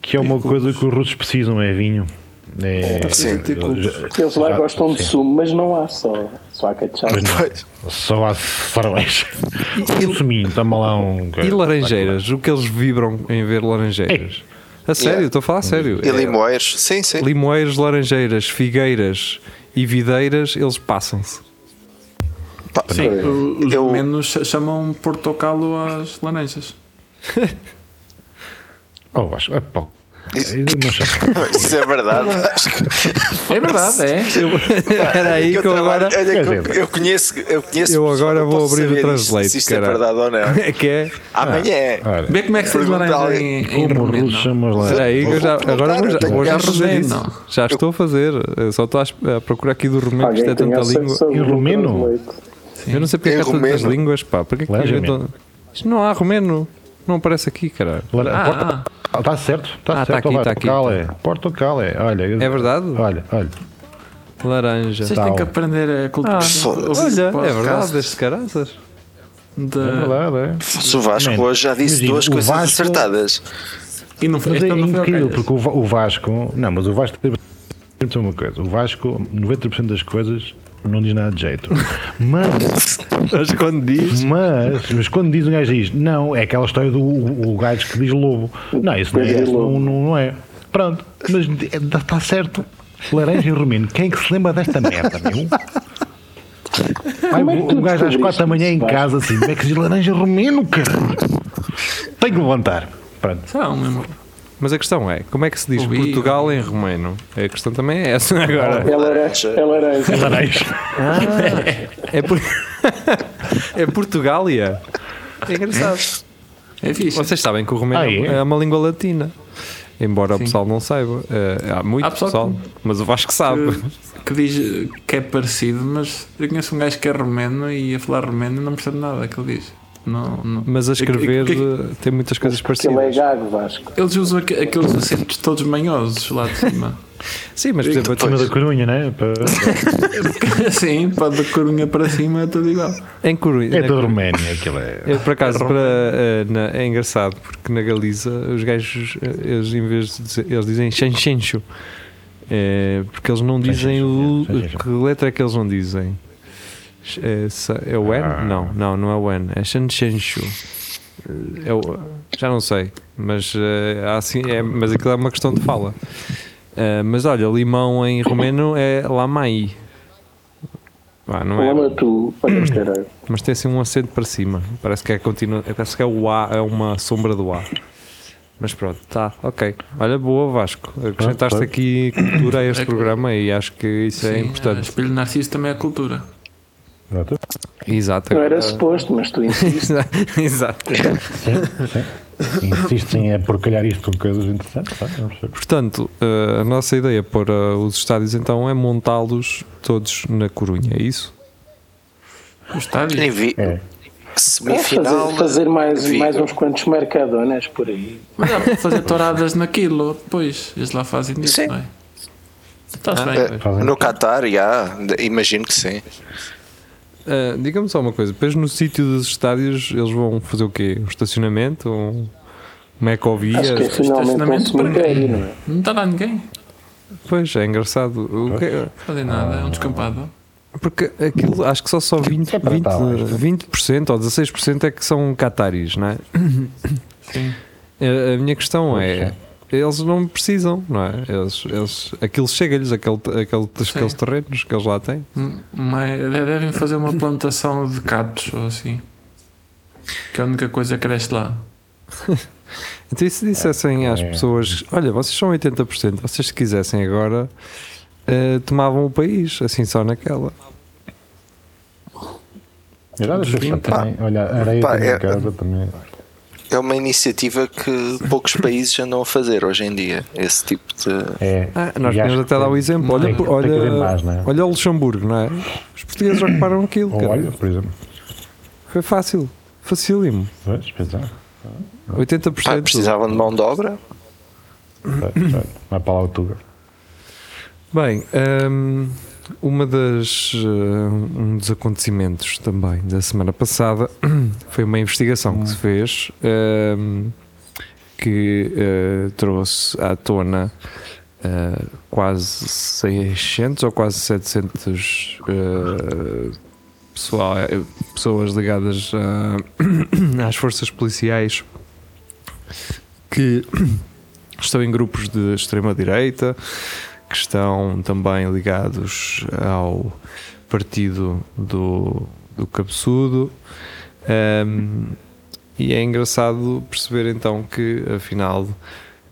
Que é uma coisa que os russos precisam, é vinho. É,
Sim.
Tipo,
Eles lá
Já-
gostam de
sim.
sumo, mas não há só, só há cachaça.
Pois não. Só há cerveja. Um suminho, toma lá um.
E laranjeiras, o que eles vibram em ver laranjeiras. A sério, estou a falar a sério.
E
É-
limoeiros. Sim, sim.
limoeiros, laranjeiras, figueiras e videiras, eles passam-se.
Pá,
o- os
Eu-
menos ch- chamam portocalo às laranjas.
Oh, acho. É, pá. Não sei.
Isso é verdade.
É verdade, é. Era aí que eu agora.
trabalho- olha É que
Quer
eu-
dizer,
eu conheço, eu conheço.
Eu
pessoas,
agora
não
vou
posso
abrir o
saber isto,
translate,
Se isto é
caralho. Ah.
verdade ou não.
É que é.
Amanhã.
Ora,
Vê como é que se diz
Pergunta
laranja
alguém
em, em
como os
romeno.
russos chamam as laranjas?
Era aí que eu já. Agora vou já, vou já fazer isso. Já estou a fazer. Eu só estou a es- a procurar aqui do romeno, porque isto é tanta
acesso
língua.
ao
Em
Google
romeno?
Translate?
Eu não sei porque é que há
Em
tantas
romeno.
línguas, pá. Porque é que
Laranja
inventam- Isto não há romeno. Não aparece aqui, caralho.
Está certo, está
Ah, tá
certo.
aqui,
olha,
tá aqui,
Portugal é. Portugal é. Olha,
É verdade?
Olha, olha. tá
Laranja.
Vocês têm que aprender a cultura.
Ah, Olha,
Foda-se.
é
Podcast.
verdade, estes caras.
da-
É verdade, é.
Se o Vasco
Mano,
hoje já disse
imagina,
duas
o
coisas
Vasco-
acertadas.
E não foi,
Mas é
então não foi ao
incrível,
calhas.
porque o Va- o Vasco. Não, mas o Vasco teve sempre uma coisa. O Vasco, 90% das coisas, não diz nada de jeito. Mas,
Mas quando diz.
mas, mas quando diz um gajo diz, não, é aquela história do o, o gajo que diz lobo. Não, isso não é.
Diz
isso
lobo.
não, não, não é. Pronto, mas está tá certo. Laranja e romeno, quem é que se lembra desta merda, meu? Vai,
é que tu
um gajo às
descobriste
4 da manhã em
isso, Vasco?
casa assim, como é que se diz laranja romeno, cara? Tenho que levantar. Pronto.
São mesmo.
Mas a questão é, como é que se diz
Ouvi.
Portugal em romeno? A questão também é essa agora.
É laranja.
Ah,
É laranja.
um.
Laranja.
É, por... é Portugália. É engraçado.
É fixe.
Vocês sabem que o romeno
Ah, é?
é uma língua latina. Embora o pessoal não saiba. Eh, há muito
Há pessoal
pessoal, mas o Vasco sabe.
que, que diz que é parecido, mas eu conheço um gajo que é romeno e a falar romeno e não percebe nada que ele diz. Não, não.
Mas a escrever
que-
eh, tem muitas coisas
Porque ele é
parecidas.
gago, Vasco.
Eles usam aqu- aqueles acentos todos manhosos lá de cima.
Sim, mas por exemplo,
Depois-
da Corunha,
É
né? Para-
Sim, pode da corunha para cima é tudo igual.
em Coruña.
É
na
da Roménia, aquilo é.
Eu, por acaso, para, eh, na- é engraçado porque na Galiza os gajos, eh, eles, em vez de dizer, eles dizem xanxenxo, Eh, porque eles não dizem o.
Xanxenxo, é, xanxenxo.
Que letra é que eles não dizem? X- É, sa- é o N?
Ah.
Não, não, não é o N, é xanxenxo. Eh, É o, já não sei, mas, eh, há assim, é, mas aquilo é uma questão de fala. Eh, mas olha, limão em romeno é lamai. Pá, não é,
Olha tu, olha caralho.
mas tem assim um acento para cima. Parece que é continua, parece que é o A, é uma sombra do A. Mas pronto, tá, ok. Olha, boa Vasco. Acrescentaste
Pronto,
aqui cultura a este programa e acho que isso é
Sim, ah,
importante.
Espelho Narciso também é cultura.
Exato.
Exato.
Não era suposto, mas tu insistes.
Exato.
Insistem a porcalhar é isto com coisas interessantes. pá, vamos ver.
Portanto, eh, a nossa ideia para os estádios então é montá-los todos na Corunha, é isso?
O estádio.
E vi-
É.
É
Semifinal.
fazer, fazer mais,
Vigo.
mais uns quantos mercadonas por aí.
Mas dá para fazer touradas naquilo depois. Eles lá fazem isso,
Sim.
não é? Estás bem,
Eh,
pois.
No Qatar, já, imagino que sim.
Ah, Diga-me só uma coisa, depois no sítio dos estádios eles vão fazer o quê? Um estacionamento? Um, uma ecovia?
Acho que é finalmente um
estacionamento
cemitério, não é?
Não está lá ninguém.
Pois, é engraçado. O que-
Fazem nada, é um descampado.
Porque aquilo, acho que só só 20,
É para
20,
tal, acho.
20% ou 16% é que são cataris, não é?
Sim.
A, a minha questão é.
é.
Eles não precisam, não é? Eles, eles, aquilo chega-lhes, aquele, aquele, aqueles terrenos que eles lá têm.
Mas devem fazer uma plantação de cactos ou assim. Que é a única coisa que cresce lá.
Então, e se
É,
dissessem às pessoas: Olha, vocês são 80%, vocês se quisessem agora, eh, tomavam o país, assim só naquela.
Já deixa eu
Vinte.
também. Olha, a areia
Pá,
também
é-
em casa também.
É uma iniciativa que poucos países andam a fazer hoje em dia. Esse tipo de.
É.
Ah, nós
E acho
podemos até
que
dar
tem-
o exemplo. Olha,
tem que-
por-
tem que haver mais, não
olha,
é?
olha o Luxemburgo, não é? Os portugueses ocuparam aquilo.
Ou
cara.
olha, por exemplo.
Foi fácil, facílimo.
Pois, pois é.
80%
Ah, precisavam de mão de obra?
Pois, pois. Vai para lá o Tuga.
Bem, hum, uma das eh, um dos acontecimentos também da semana passada foi uma investigação que se fez hum, que eh, trouxe à tona eh, quase 600 ou quase 700 eh, pessoal- eh, pessoas ligadas a- às forças policiais que estão em grupos de extrema-direita, que estão também ligados ao partido do, do Cabeçudo. Ahm, e é engraçado perceber então que, afinal,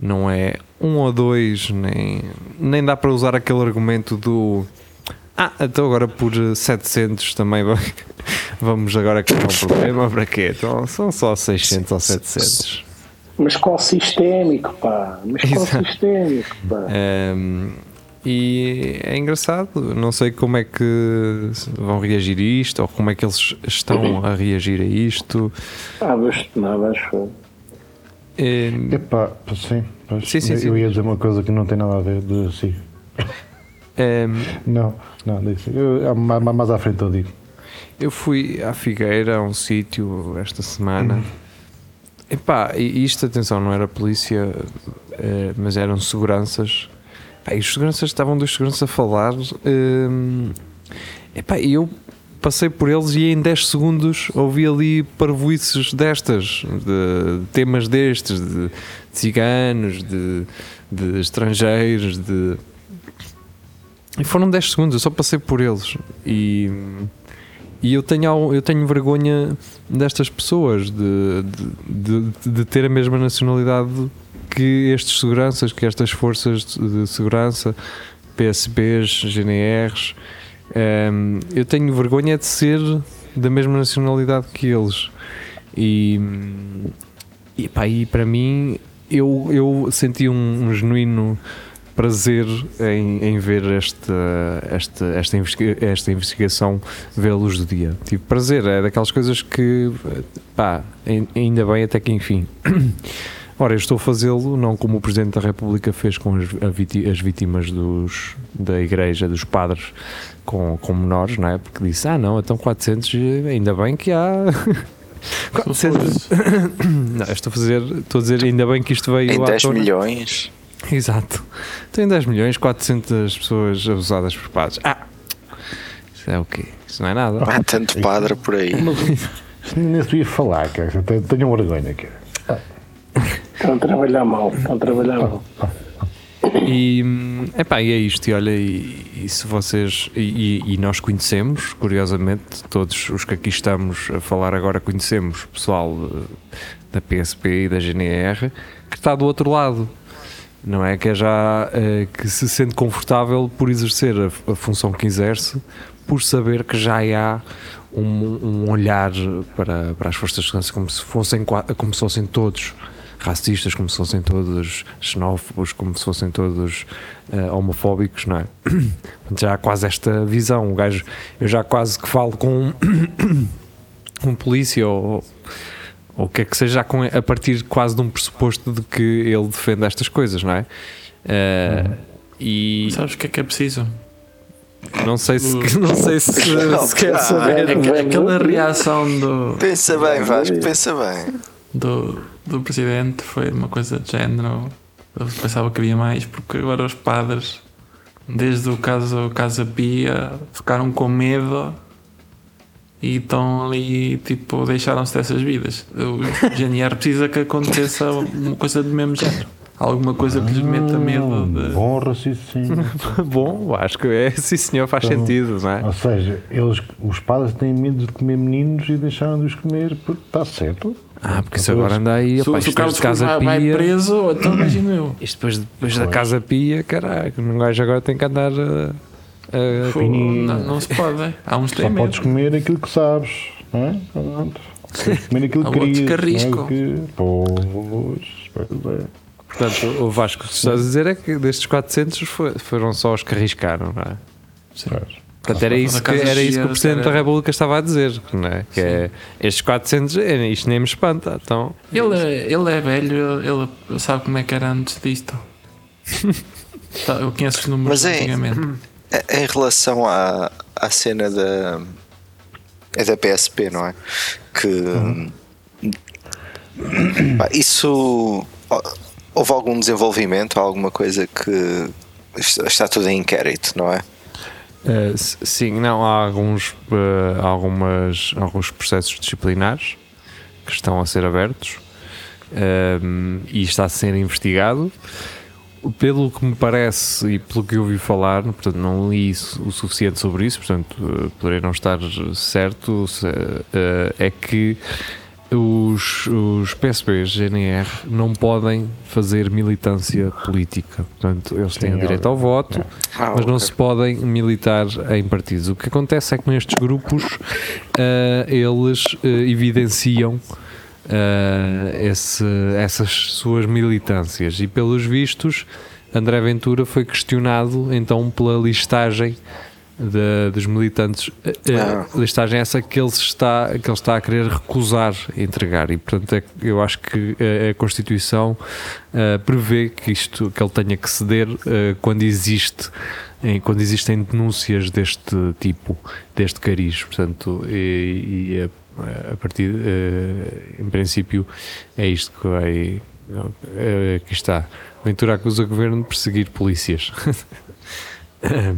não é um ou dois, nem, nem dá para usar aquele argumento do. Ah, então agora por eh, 700 também vai- vamos agora criar um problema, para quê? Então, são só 600 ou 700.
Mas qual sistémico, pá? Mas qual
Exato.
sistémico, pá?
Um, e é engraçado, não sei como é que vão reagir a isto ou como é que eles estão a reagir a isto.
Ah, bastonava, acho eu.
Um,
Epá, pois sim, pois.
Sim, sim,
eu
sim.
ia dizer uma coisa que não tem nada a ver. De, sim.
um,
Não, não, disse. Eu, mais, mais à frente eu digo.
eu fui à Figueira, a um sítio esta semana. Epá, e isto, atenção, não era polícia, eh, mas eram seguranças. Pá, e os seguranças estavam dois seguranças a falar. hum, epá, e eu passei por eles e em 10 segundos ouvi ali parvoices destas, de, de temas destes, de, de ciganos, de, de estrangeiros, de. E foram 10 segundos, eu só passei por eles. E, e eu tenho, al- eu tenho vergonha destas pessoas de, de, de, de ter a mesma nacionalidade que estes seguranças, que estas forças de de segurança, PSBs, GNRs. Hum, eu tenho vergonha de ser da mesma nacionalidade que eles. E, hum, e, pá, e para mim, eu, eu senti um, um genuíno prazer em, em ver esta, esta, esta, investiga- esta investigação ver a luz do dia. Tive prazer, é daquelas coisas que, pá, ain- ainda bem até que enfim. Ora, eu estou a fazê-lo não como o Presidente da República fez com as, a viti- as vítimas dos, da Igreja, dos padres com, com menores, não é? Porque disse, ah não, então 400, eh, ainda bem que há... 400, não, eu estou a fazer, estou a dizer, ainda bem que isto veio
Em
à
10
tona.
milhões.
Exato. Tem 10 milhões 400 pessoas abusadas por padres. Ah, isso é o quê? Isso não é nada.
Há tanto padre por aí.
Isto Nem se ia falar, cara. Eu tenho- Tenho vergonha, cara.
Estão a trabalhar mal, estão a trabalhar mal.
E, hum, epá, e é isto, e olha, e, e se vocês, e, e- e nós conhecemos, curiosamente, todos os que aqui estamos a falar agora conhecemos pessoal eh, da PSP e da GNR, que está do outro lado, não é? Que é já, eh, que se sente confortável por exercer a, f- a função que exerce, por saber que já há um, um olhar para, para as forças de segurança como se fossem, qua- como se fossem todos racistas, como se fossem todos xenófobos, como se fossem todos eh, homofóbicos, não é? Portanto, Já há quase esta visão. O gajo, eu já quase que falo com um polícia ou, ou o que é que seja, já com, a partir quase de um pressuposto de que ele defende estas coisas, não é? Eh, E
Sabes o que é que é preciso?
não sei se, não sei se, se quer saber.
É que- Aquela reação do,
Pensa bem,
é
Vasco, pensa bem.
do, do presidente foi uma coisa de género. Ele pensava que havia mais, porque agora os padres, desde o caso Casa Pia, ficaram com medo e estão ali, tipo, deixaram-se dessas vidas. O GNR precisa que aconteça uma coisa do mesmo género. Alguma coisa que lhes
Um
meta medo de.
Bom raciocínio.
Bom, acho que é, sim senhor, faz sentido, não é?
Ou seja, eles, os padres têm medo de comer meninos e deixaram de os comer porque está certo.
Ah, porque isso agora anda aí,
Se, o-
rapaz,
se o
isto depois
Carlos
de
Cruz
casa
vai, vai
pia.
preso, então imagino eu.
Isto depois, depois da casa pia, caralho, um gajo agora tem que andar a. a-
Pô, não, não se pode. é. Há uns que
Só
têm medo.
podes comer aquilo que sabes, não é? Pronto. Tens de Comer aquilo
Há
que
outros que
querias. não é?
arriscam.
Que- Pois, pois é.
portanto, o Vasco, o que estás a dizer é que destes 400 foi- foram só os que arriscaram, não é?
Sim.
Portanto, era isso, que, era isso que o Presidente da República estava a dizer, não é? Que é, estes 400, é, isto nem me espanta, então.
Ele, é- ele é velho, ele ele sabe como é que era antes disto. Tá, Eu conheço os números
Mas é-
antigamente.
É- Em relação à, à cena da. É da PSP, não é? Que. Uhum. Pá, Isso. ó, Houve algum desenvolvimento, alguma coisa que. Está está tudo em inquérito, não é?
Uh, s- sim, não, há alguns, uh, algumas, alguns processos disciplinares que estão a ser abertos um, e está a ser investigado. Pelo que me parece e pelo que eu ouvi falar, portanto, não li isso- o suficiente sobre isso, portanto, uh, poderei não estar certo, se- uh, é que os, os PSPs, GNR, não podem fazer militância política. Portanto, eles têm direito ao voto,
Ah,
mas não
ok.
se podem militar em partidos. O que acontece é que nestes grupos ah, eles eh, evidenciam ah, esse- essas suas militâncias e pelos vistos André Ventura foi questionado então pela listagem da- dos militantes eh, eh,
Ah.
listagem essa que ele, se está, que ele está a querer recusar entregar e portanto é que eu acho que eh, a Constituição eh, prevê que isto que ele tenha que ceder eh, quando existe em- quando existem denúncias deste tipo deste cariz portanto e, e a, a partir eh, em princípio é isto que vai eh, aqui está Ventura acusa o governo de perseguir polícias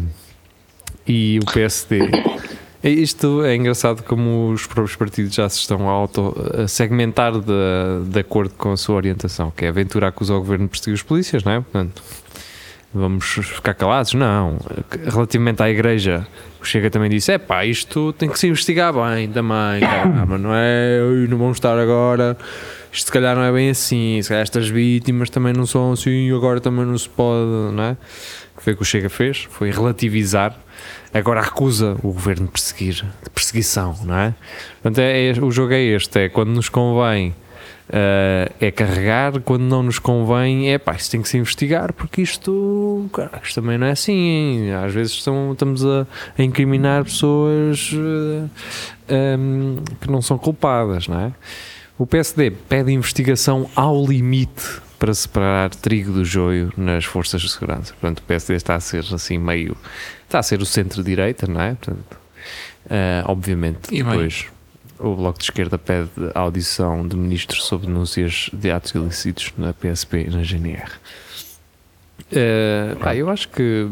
e o PSD. É Isto é engraçado como os próprios partidos já se estão a, auto, a segmentar de, de acordo com a sua orientação, que é a Ventura acusa o governo de perseguir os polícias, não é? Portanto, vamos ficar calados? Não. Relativamente à igreja, o Chega também disse: é pá, isto tem que se investigar bem também, caramba, não é? Ui, Não vamos estar agora. Isto se calhar não é bem assim, se calhar estas vítimas também não são assim, agora também não se pode, não é? que foi o que o Chega fez, foi relativizar. Agora acusa o governo de perseguir, de perseguição, não é? Portanto, é, é- o jogo é este: é quando nos convém ah, é carregar quando não nos convém. É pá, isso tem que se investigar porque isto, cara, isto também não é assim. hein? Às vezes estão, estamos a, a incriminar pessoas ah, ahm, que não são culpadas, não é? O PSD pede investigação ao limite para separar trigo do joio nas forças de segurança. Portanto, o PSD está a ser assim meio. Está a ser o centro-direita, não é? Portanto, ah, obviamente,
E bem.
depois o Bloco de Esquerda pede audição de ministros sobre denúncias de atos ilícitos na PSP e na GNR. Ah, pá, eu acho que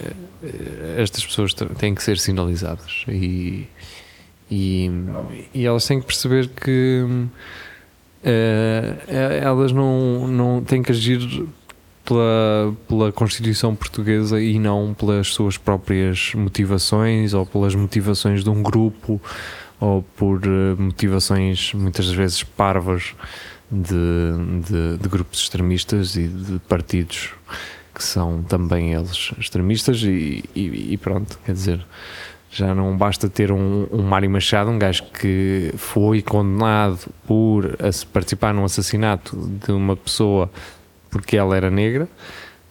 eh, eh, estas pessoas t- têm que ser sinalizadas e, e, e elas têm que perceber que hum, eh, eh, elas não, não têm que agir pela, pela Constituição Portuguesa e não pelas suas próprias motivações ou pelas motivações de um grupo ou por eh, motivações muitas das vezes parvas de, de, de grupos extremistas e de partidos que são também eles extremistas e, e- e pronto, quer dizer, já não basta ter um, um Mário Machado, um gajo que foi condenado por ass- participar num assassinato de uma pessoa porque ela era negra,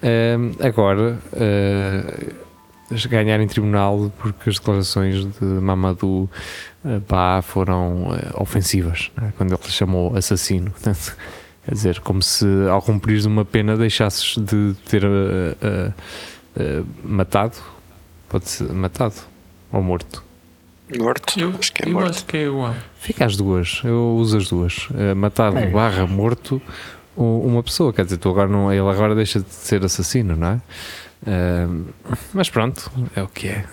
Ahm, agora ah, ganhar em tribunal porque as declarações de Mamadou ah, Ba foram ah, ofensivas, não é? quando ele chamou assassino. Portanto, Quer dizer, como se ao cumprir uma pena deixasses de ter eh, eh, eh, matado, pode ser matado ou morto.
Morto?
Eu,
Acho que é
eu
morto.
acho que é igual.
Fica as duas, eu uso as duas. Eh, matado
É.
barra morto u- uma pessoa, quer dizer, tu agora não, ele agora deixa de ser assassino, não é? Eh, mas pronto, é o que é.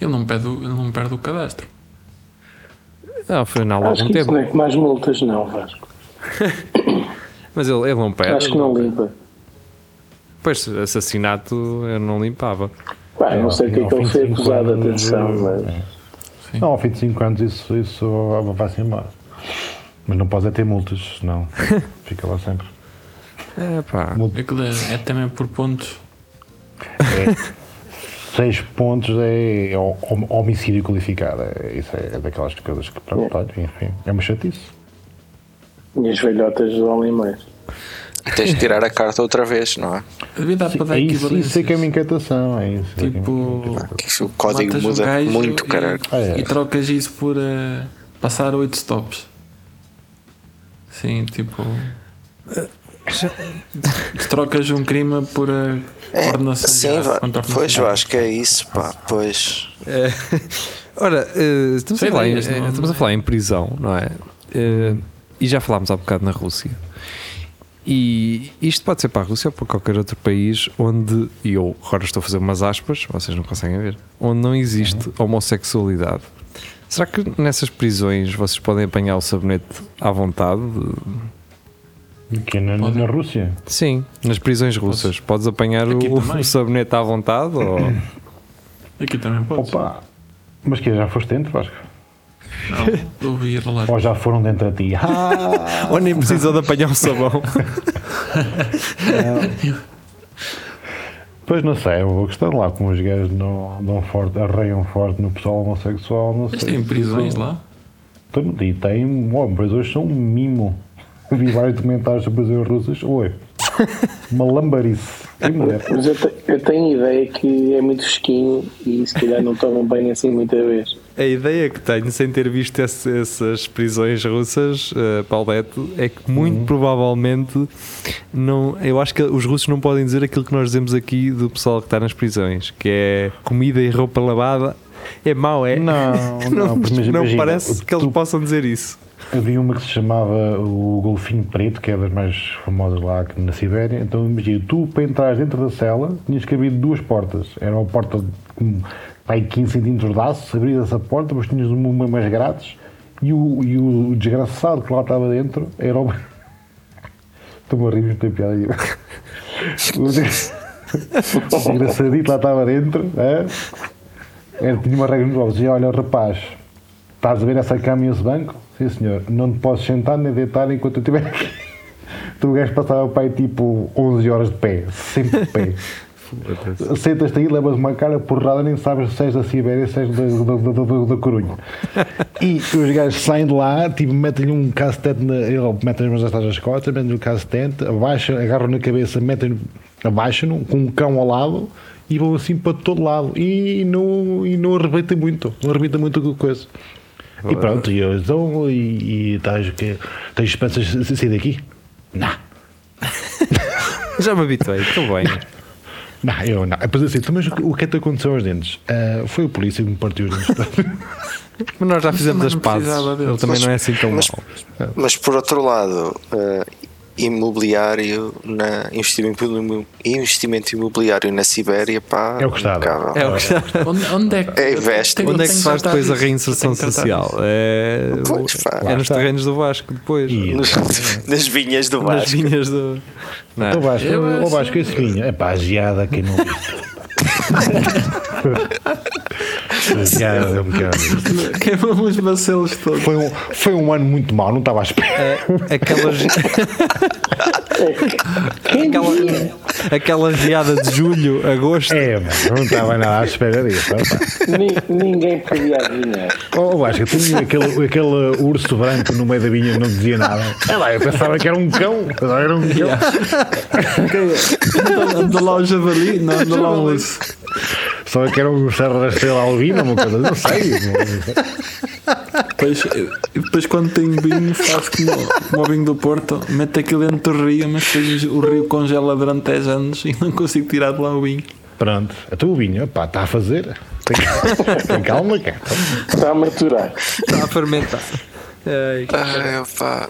Ele não perde, o- ele não perde o cadastro.
Ao final,
Acho
algum
que isso
tempo.
não é que mais multas, não, Vasco.
Mas ele, ele não perde.
é. Acho que não é. limpa.
Pois, assassinato eu não limpava.
Pá, não sei o que é que ele foi acusado, atenção, mas.
é.
Não, ao fim de 5 anos isso, isso vai-se embora. Mas não podes é ter multas, senão fica lá sempre.
É pá.
Aquilo é, é também por pontos.
6 pontos é ho- hom- homicídio qualificado. É- Isso é daquelas coisas que pronto, olha, enfim, é uma chatice.
Minhas velhotas do homem mais.
Tens de tirar a carta outra vez, não é?
Devia dar para dar
É isso,
equivalências.
isso é que é uma inquietação. É isso, é que é uma
Tipo,
inquietação.
Que isso- O código
matas um
muda
gajo
muito,
e-
caralho.
É.
E trocas isso por eh, passar 8 stops. Sim, tipo. Tu trocas um crime por a coordenação
É, Sim,
geral,
va-
contra a coordenação
pois eu
geral.
acho que é isso, pá. Pois.
É. Ora, eh, estamos,
Sei
a falar,
lá,
em-
este
eh,
não-
estamos a falar em prisão, não é? Eh, e já falámos há bocado na Rússia. E isto pode ser para a Rússia ou para qualquer outro país onde, e eu agora estou a fazer umas aspas, vocês não conseguem ver, onde não existe
Uhum.
homossexualidade. Será que nessas prisões vocês podem apanhar o sabonete à vontade?
Que é na, na- na Rússia.
Sim, nas prisões russas. Podes apanhar
Aqui
o,
também.
o sabonete à vontade? ou-
Aqui também podes.
Opa! Mas que já foste dentro, Vasco?
Não, ouvi lá.
Ou já foram dentro a ti? Ah,
ou nem precisam de apanhar o sabão?
pois não sei, é uma boa questão lá, como os gajos não dão forte, arreiam forte no pessoal homossexual, não
Mas
sei.
tem é prisões lá.
Então, E tem, ó, prisões são um mimo. Vi vários documentários sobre prisões russas, oi. Uma lambarice. E mulher.
Mas eu, te- eu tenho ideia que é muito fresquinho e se calhar não tomam bem assim muita vez.
A ideia que tenho, sem ter visto esse- essas prisões russas, eh, Paulete, é que muito provavelmente não. Eu acho que os russos não podem dizer aquilo que nós dizemos aqui do pessoal que está nas prisões, que é comida e roupa lavada. É mau, é?
Não, não, mas
não
imagina,
parece que
tu-
eles possam dizer isso.
Havia uma que se chamava o Golfinho Preto, que é das mais famosas lá que- na Sibéria. Então imagina, tu para entrar dentro da cela tinhas que abrir duas portas. Era uma porta de com, pá, aí 15 centímetros de aço, abrias essa porta, mas tinhas uma uma mais grátis e o, e o desgraçado que lá estava dentro era o. Estou-me a rir, mas não tem piada nenhuma. O desgra- o desgraçadito lá estava dentro, é? Era, tinha uma regra nos ovos, dizia, olha rapaz, Estás a ver essa cama e esse banco? Sim, senhor. Não te posso sentar nem deitar enquanto eu estiver aqui. Tu o gajo passava para aí tipo 11 horas de pé, sempre de pé. Sentas-te aí, levas uma cara porrada, nem sabes se és da Sibéria, se és da, da, da, da, da Corunha. E os gajos saem de lá, tipo, metem-lhe um cacetete, na- ele metem as mãos atrás das costas, metem-lhe um cacetete, abaixam, agarram na cabeça, metem abaixam-no, com um cão ao lado, e vão assim para todo lado. E não, e não arrebenta muito, não arrebenta muito com a coisa. E pronto, e eles dão, e, e estás, que, tens esperanças de sair daqui? Não.
Já me habituei, estou bem.
Não, eu não. Depois assim, então, mas o que- o que é que te aconteceu aos dentes? Ah, foi o polícia que me partiu os dentes.
Mas nós já fizemos
Também
as
não
pazes.
precisava deles.
Ele também não é assim tão
mas-
mau.
Mas por outro lado, eh, imobiliário na investimento, imo- investimento imobiliário na Sibéria, pá,
É o que estava.
impecável.
É o que está.
Onde, onde é que,
É, veste.
tenho-
Onde é que
tenho
se faz
tratar
depois a
disso,
reinserção
tenho que tratar
social?
disso.
É,
Pois, pá.
é nos terrenos do Vasco depois.
Nos- nas vinhas do
Nas
Vasco.
vinhas do. Não,
Então Vasco,
Eu
eu,
acho-
o Vasco, esse vinho. É pá, a geada que não viste. A geada é um bocado.
Queimam os bacelos todos.
Foi um, foi um ano muito mau, não estava à espera.
é- aquela, ge-
Quem diria?
aquela, aquela geada de julho, agosto.
É, mas não estava nada à espera disso. ó
Ni- Ninguém podia adivinhar.
pá. Ó, Vasco, tinha aquele, aquele urso branco no meio da vinha não dizia nada. É lá, eu pensava que era um cão. Agora era um cão.
Anda lá o javali, não anda lá um urso.
Só que era um Serra da Estrela Albina, uma coisa, não sei. não-
Depois, e depois quando tem vinho, faz como, como o vinho do Porto, mete aquilo dentro do rio, mas depois o rio congela durante 10 anos e não consigo tirar de lá o vinho.
é? Pronto, a tua vinho, pá, está a fazer. Tem, tem calma, cara.
Está a marturar.
Está a fermentar. Ai.
Ah, pá.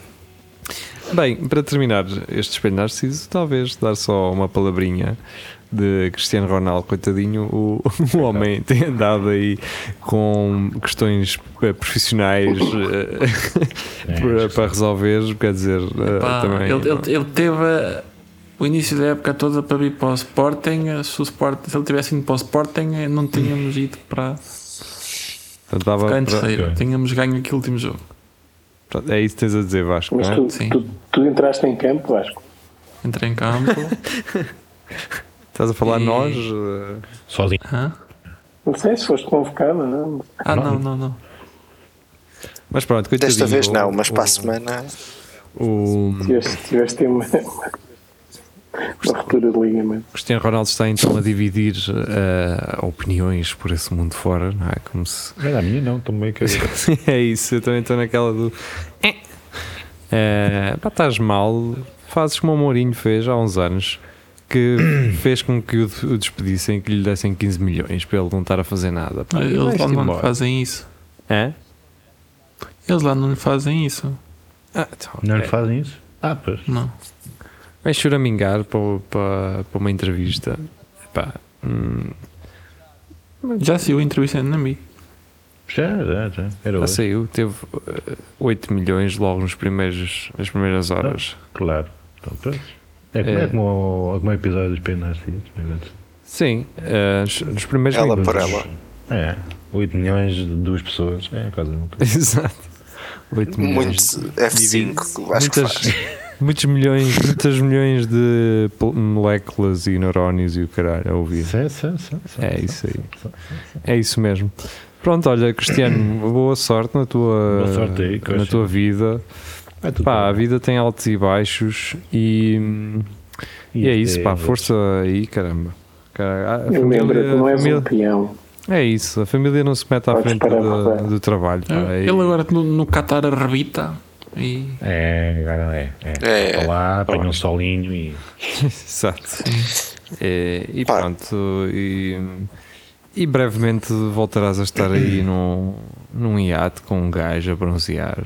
Bem, para terminar este espelho narciso, talvez dar só uma palavrinha de Cristiano Ronaldo, coitadinho, o, o homem tem andado aí com questões eh, profissionais eh, para, para resolver, quer dizer, eh,
Pá,
também.
ele, ele- ele teve eh, o início da época toda para vir para o Sporting. eh, Se, o Sporting, se ele tivesse ido para o Sporting, eh, não tínhamos ido para
portanto, dava
cá em
para-
terceiro. Tínhamos ganho aquele último jogo.
portanto, é isso que tens a dizer, Vasco.
Mas
não é?
tu,
Sim.
tu, tu entraste em campo, Vasco.
Entrei em campo.
Estás a falar
E-
nós? eh,
Sozinho.
Hã?
Não sei se foste convocado, não.
Ah, não, não, não.
Mas pronto, coitadinho.
Desta vez
o-
não, mas
o-
para a semana.
o-
Tiveste, tiveste ter uma, uma ruptura de ligamento.
Cristiano Ronaldo está então a dividir eh, opiniões por esse mundo fora, não é? Como se.
Mas a minha não, também que.
é isso, eu também estou naquela do. Eh. Eh, pá, estás mal, fazes como o Mourinho fez há uns anos, que fez com que o de- o despedissem, que lhe dessem 15 milhões para ele não estar a fazer nada. Pá, e
Ah, Eles lá
vais-te
não
embora.
fazem isso.
Hã?
Eles lá não lhe fazem isso.
Ah, então,
Não lhe
é.
fazem isso? Ah, pois.
Não.
Vai choramingar para, o- para, para uma entrevista. Pá, hum,
Já se o entrevista na mim.
Já, já, já. Era
já
hoje,
saiu, teve eh, 8 milhões logo nos primeiros, nas primeiras horas.
claro. Então, pois. É, como-
É.
é como o- algum episódio dos Penas
Sim, eh, nos, nos primeiros
Ela
minutos.
por ela.
É. 8 milhões de duas pessoas. É quase muito.
Exato. 8 milhões.
Muitos F5, acho que
muitas,
faz.
muitos milhões, muitas milhões de pol- moléculas e neurónios e o caralho a ouvir.
Sim, sim, sim, sim,
É
sim,
isso aí.
sim, sim.
É isso mesmo. Pronto, olha, Cristiano, boa sorte na tua,
Boa sorte aí,
na
Cristiano.
tua vida.
É tudo
Pá, a
bem.
vida tem altos e baixos e, e é isso, pá, força aí, caramba. Cara, a
Eu lembro
família-
que não és
família-
um peão.
é isso, a família não se mete à
Podes
frente
parar,
da-
Rafael.
do trabalho. pá, é e-
Ele agora no, no Qatar arrebita e
É, agora é.
É,
É.
é.
Vai Lá, apanha um solinho e.
Exato. É, e
Pá.
pronto, e, e brevemente voltarás a estar aí num, num iate com um gajo a bronzear.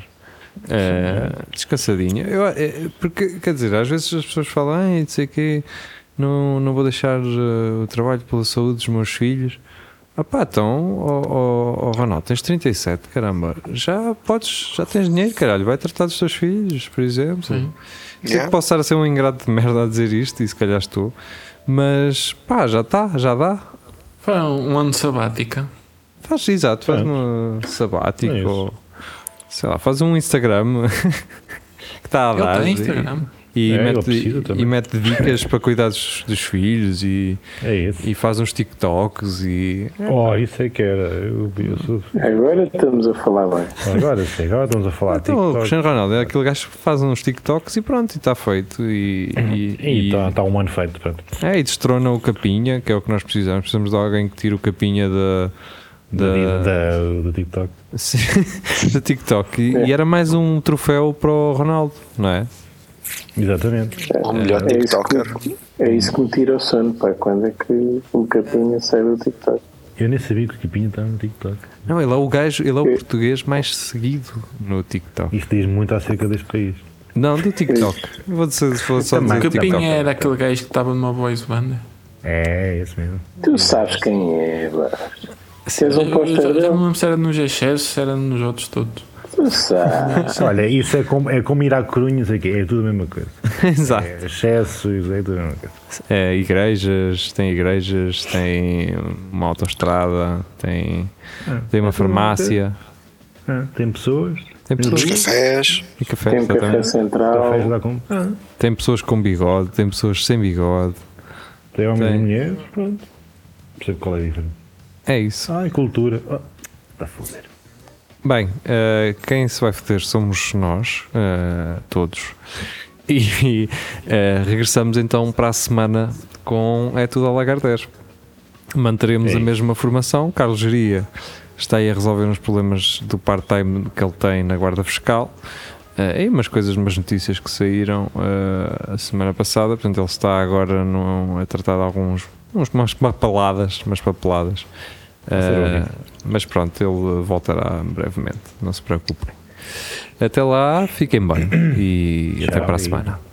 É, descansadinho. Eu, é, porque, quer dizer, às vezes as pessoas falam, ah, não sei o quê, não, não vou deixar eh, o trabalho pela saúde dos meus filhos. Ah pá, então, ó ó- ó, Ronaldo, tens 37, caramba, já podes, já tens dinheiro, caralho, vai tratar dos teus filhos, por exemplo. Sei
Yeah.
que posso estar a ser um ingrato de merda a dizer isto, e se calhar estou, mas pá, já está, já dá.
foi um, um ano sabática.
Faz, exato, faz
Pronto.
um sabático,
É isso.
ou, sei lá, faz um Instagram que está a
Ele
dar.
tem
e-
Instagram.
E, e,
É, eu
mete,
preciso
e
também.
mete dicas para cuidar dos, dos filhos e,
É esse.
e faz uns TikToks e
Oh, isso é que era. Eu, eu sou-
Agora estamos a falar bem.
agora sim, agora estamos a falar. de
Então, o
TikTok.
Cristiano Ronaldo é aquele gajo que faz uns TikToks e pronto, e está feito. E, e,
Uhum. E
e-
está tá um ano feito. Pronto.
é, e destrona o Capinha, que é o que nós precisamos. Precisamos de alguém que tire o Capinha da.
Da,
Da,
da, do TikTok.
Sim, da TikTok e, e era mais um troféu para o Ronaldo, não é?
Exatamente.
O melhor
É isso,
TikToker.
que, é isso que me tira o sono, pá. Quando é que o Capinha sai do TikTok?
Eu nem sabia que o Kipinho estava no TikTok.
Não, ele é o gajo, ele é o português mais seguido no TikTok.
Isto diz muito acerca deste país.
Não, do TikTok. Eu Vou dizer, vou só dizer
O Capinha
TikTok.
era aquele gajo que estava numa boys band.
É, esse mesmo.
Tu sabes quem é, pá. Tens um
Eu- eu-
póster
eu Não me
dele?
lembro se era no GX, se era nos outros todos.
Tu sabes.
Olha, isso é como, é como ir à Corunha, isso aqui, é tudo a mesma coisa.
Exato.
É excesso, isso é tudo a mesma coisa.
É, igrejas, tem igrejas, tem uma autoestrada, tem, tem uma farmácia,
Ah, tem pessoas,
tem pessoas
Os cafés.
e café,
Tem um café
exatamente.
central.
cafés lá com. Ah,
tem pessoas com bigode, tem pessoas sem bigode.
tem homens
Tem.
e mulheres, pronto. Percebo qual é a diferença.
É isso.
Ah, e cultura. Ah, está a foder.
Bem, eh, quem se vai foder somos nós, eh, todos. E eh, regressamos então para a semana com É Tudo a Lagardère. Manteremos a mesma formação. Carlos Geria está aí a resolver uns problemas do part-time que ele tem na Guarda Fiscal. Eh, e umas coisas, umas notícias que saíram eh, a semana passada. Portanto, ele está agora num- a tratar de alguns, uns, umas papeladas, umas papeladas. Eh, mas pronto, ele voltará brevemente, não se preocupem. Até lá, fiquem bem e até para a semana.